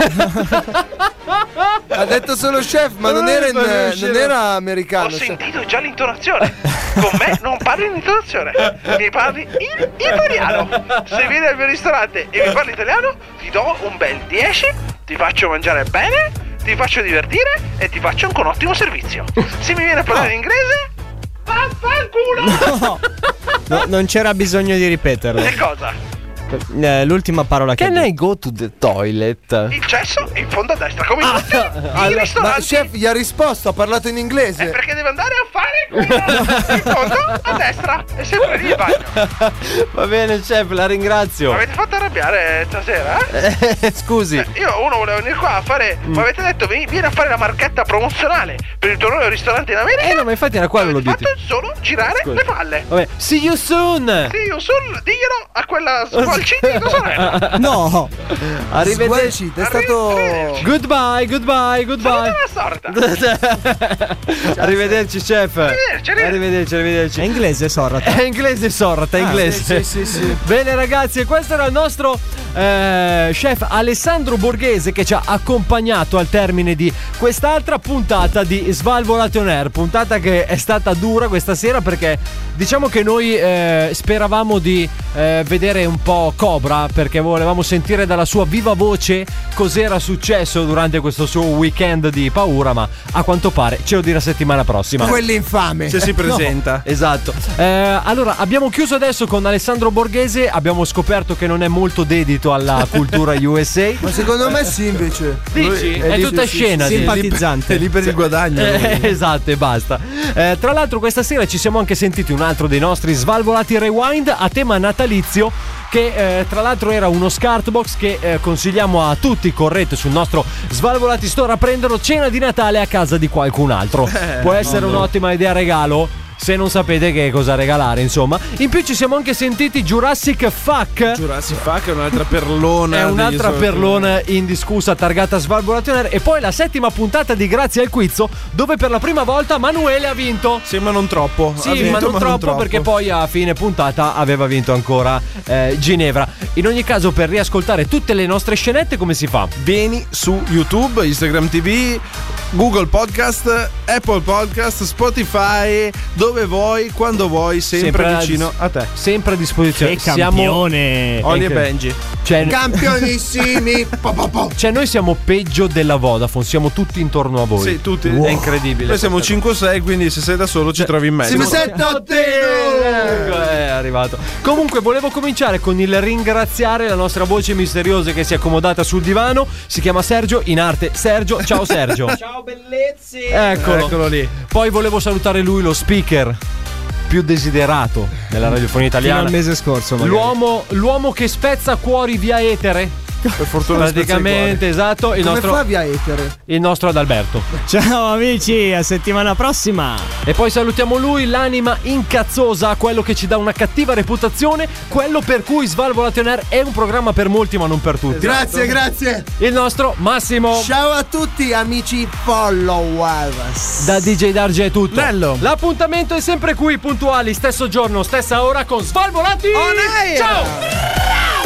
Ha detto solo chef, ma non era, in- non era americano. cioè.
Ho
chef.
sentito già l'intonazione. Con me non parli in intonazione, mi parli in italiano. Se vieni al mio ristorante e mi parli italiano, ti do un bel 10, ti faccio mangiare bene, ti faccio divertire e ti faccio anche un ottimo servizio. Se mi vieni a parlare in inglese, vaffanculo!
No, non c'era bisogno di ripeterlo.
Che cosa?
Eh, l'ultima parola che ha
Can
detto.
I go to the toilet?
Il cesso in fondo a destra, come in tutti i
Ah. Allora, ma
ristoranti.
chef gli ha risposto, ha parlato in
È
inglese.
perché deve andare a fare quello in fondo a destra. È sempre lì il bagno.
Eh. Va bene, chef, la ringrazio.
Avete fatto arrabbiare stasera? Eh?
Eh, Scusi.
Io uno voleva venire qua a fare.
Mm.
Mi avete detto vieni, vieni a fare la marchetta promozionale per il torneo al ristorante in America.
Eh no, ma infatti era quello
Avete
l'obiettivo.
fatto solo girare
Scusa.
le palle.
Vabbè, see you soon.
Sì, io sono. Diglielo a quella squalcita di sorella.
No,
Arrivederci.
Sgualcito, è stato.
Arrivederci.
Goodbye, goodbye,
Sono
goodbye.
della sorta.
Arrivederci, chef. arrivederci, arrivederci. Arrivederci,
È inglese sorrata.
Cioè, È inglese sorrata, è
Ah,
inglese.
sì, sì, sì, sì.
Bene ragazzi, e questo era il nostro eh, chef Alessandro Borghese che ci ha accompagnato al termine di quest'altra puntata di Svalvolate on Air, puntata che è stata dura questa sera perché diciamo che noi eh, speravamo di eh, vedere un po' Cobra perché volevamo sentire dalla sua viva voce cos'era successo durante questo suo weekend di paura, ma a quanto pare ce lo dirà settimana prossima.
Quell'infame.
Se si presenta.
No, esatto. Eh, allora, abbiamo chiuso adesso con Alessandro Borghese. Abbiamo scoperto che non è molto dedito alla cultura USA.
Ma secondo me sì invece.
Dici? È,
lì-
tutta scena. dici.
Simpatizzante.
È lì per il guadagno.
Eh, esatto, e basta. Eh, tra l'altro, questa sera ci siamo anche sentiti un altro dei nostri svalvolati rewind a tema natalizio. Che eh, tra l'altro era uno scartbox che eh, consigliamo a tutti, correte sul nostro Svalvolati Store a prenderlo cena di Natale a casa di qualcun altro. Può essere un'ottima idea regalo se non sapete che cosa regalare, insomma. In più ci siamo anche sentiti Jurassic Fuck.
Jurassic Park è un'altra perlona.
È un'altra
degli-
perlona indiscussa targata Svalvolation E poi la settima puntata di Grazie al Quizzo, dove per la prima volta Manuele ha vinto.
Sì, ma non troppo.
Sì,
Ha vinto,
ma non troppo, perché poi a fine puntata aveva vinto ancora eh, Ginevra. In ogni caso, per riascoltare tutte le nostre scenette, come si fa?
Vieni su YouTube, Instagram TV, Google Podcast, Apple Podcast, Spotify, dove vuoi, quando vuoi, sempre,
a-
vicino a te.
Sempre a disposizione.
Che campione.
Siamo...
Oli e Benji.
Cioè,
Campionissimi. Po, po, po.
cioè, noi siamo peggio della Vodafone, siamo tutti intorno a voi.
Sì, tutti.
È incredibile.
Noi siamo 5 o 6, quindi se sei da solo ci trovi in mezzo.
Siamo sette ottene.
Ecco, È arrivato. Comunque, volevo cominciare con il ringraziare la nostra voce misteriosa che si è accomodata sul divano. Si chiama Sergio, in arte Sergio. Ciao Sergio.
Ciao bellezzi!
Eccolo.
Eccolo lì.
Poi volevo salutare lui, lo speaker più desiderato della radiofonia
Fino
italiana.
al mese scorso, magari.
L'uomo, l'uomo che spezza cuori via etere.
Per fortuna
Praticamente, esatto. Il
Come fa
nostro,
via etere?
il nostro Adalberto.
Ciao amici, a settimana prossima.
E poi salutiamo lui, l'anima incazzosa, quello che ci dà una cattiva reputazione, quello per cui Svalvolation Air è un programma per molti ma non per tutti.
Esatto. Grazie, grazie.
Il nostro Massimo.
Ciao a tutti amici followers.
Da DJ Darge è tutto.
Bello.
L'appuntamento è sempre qui, puntuali, stesso giorno, stessa ora con Svalvolati. Ciao!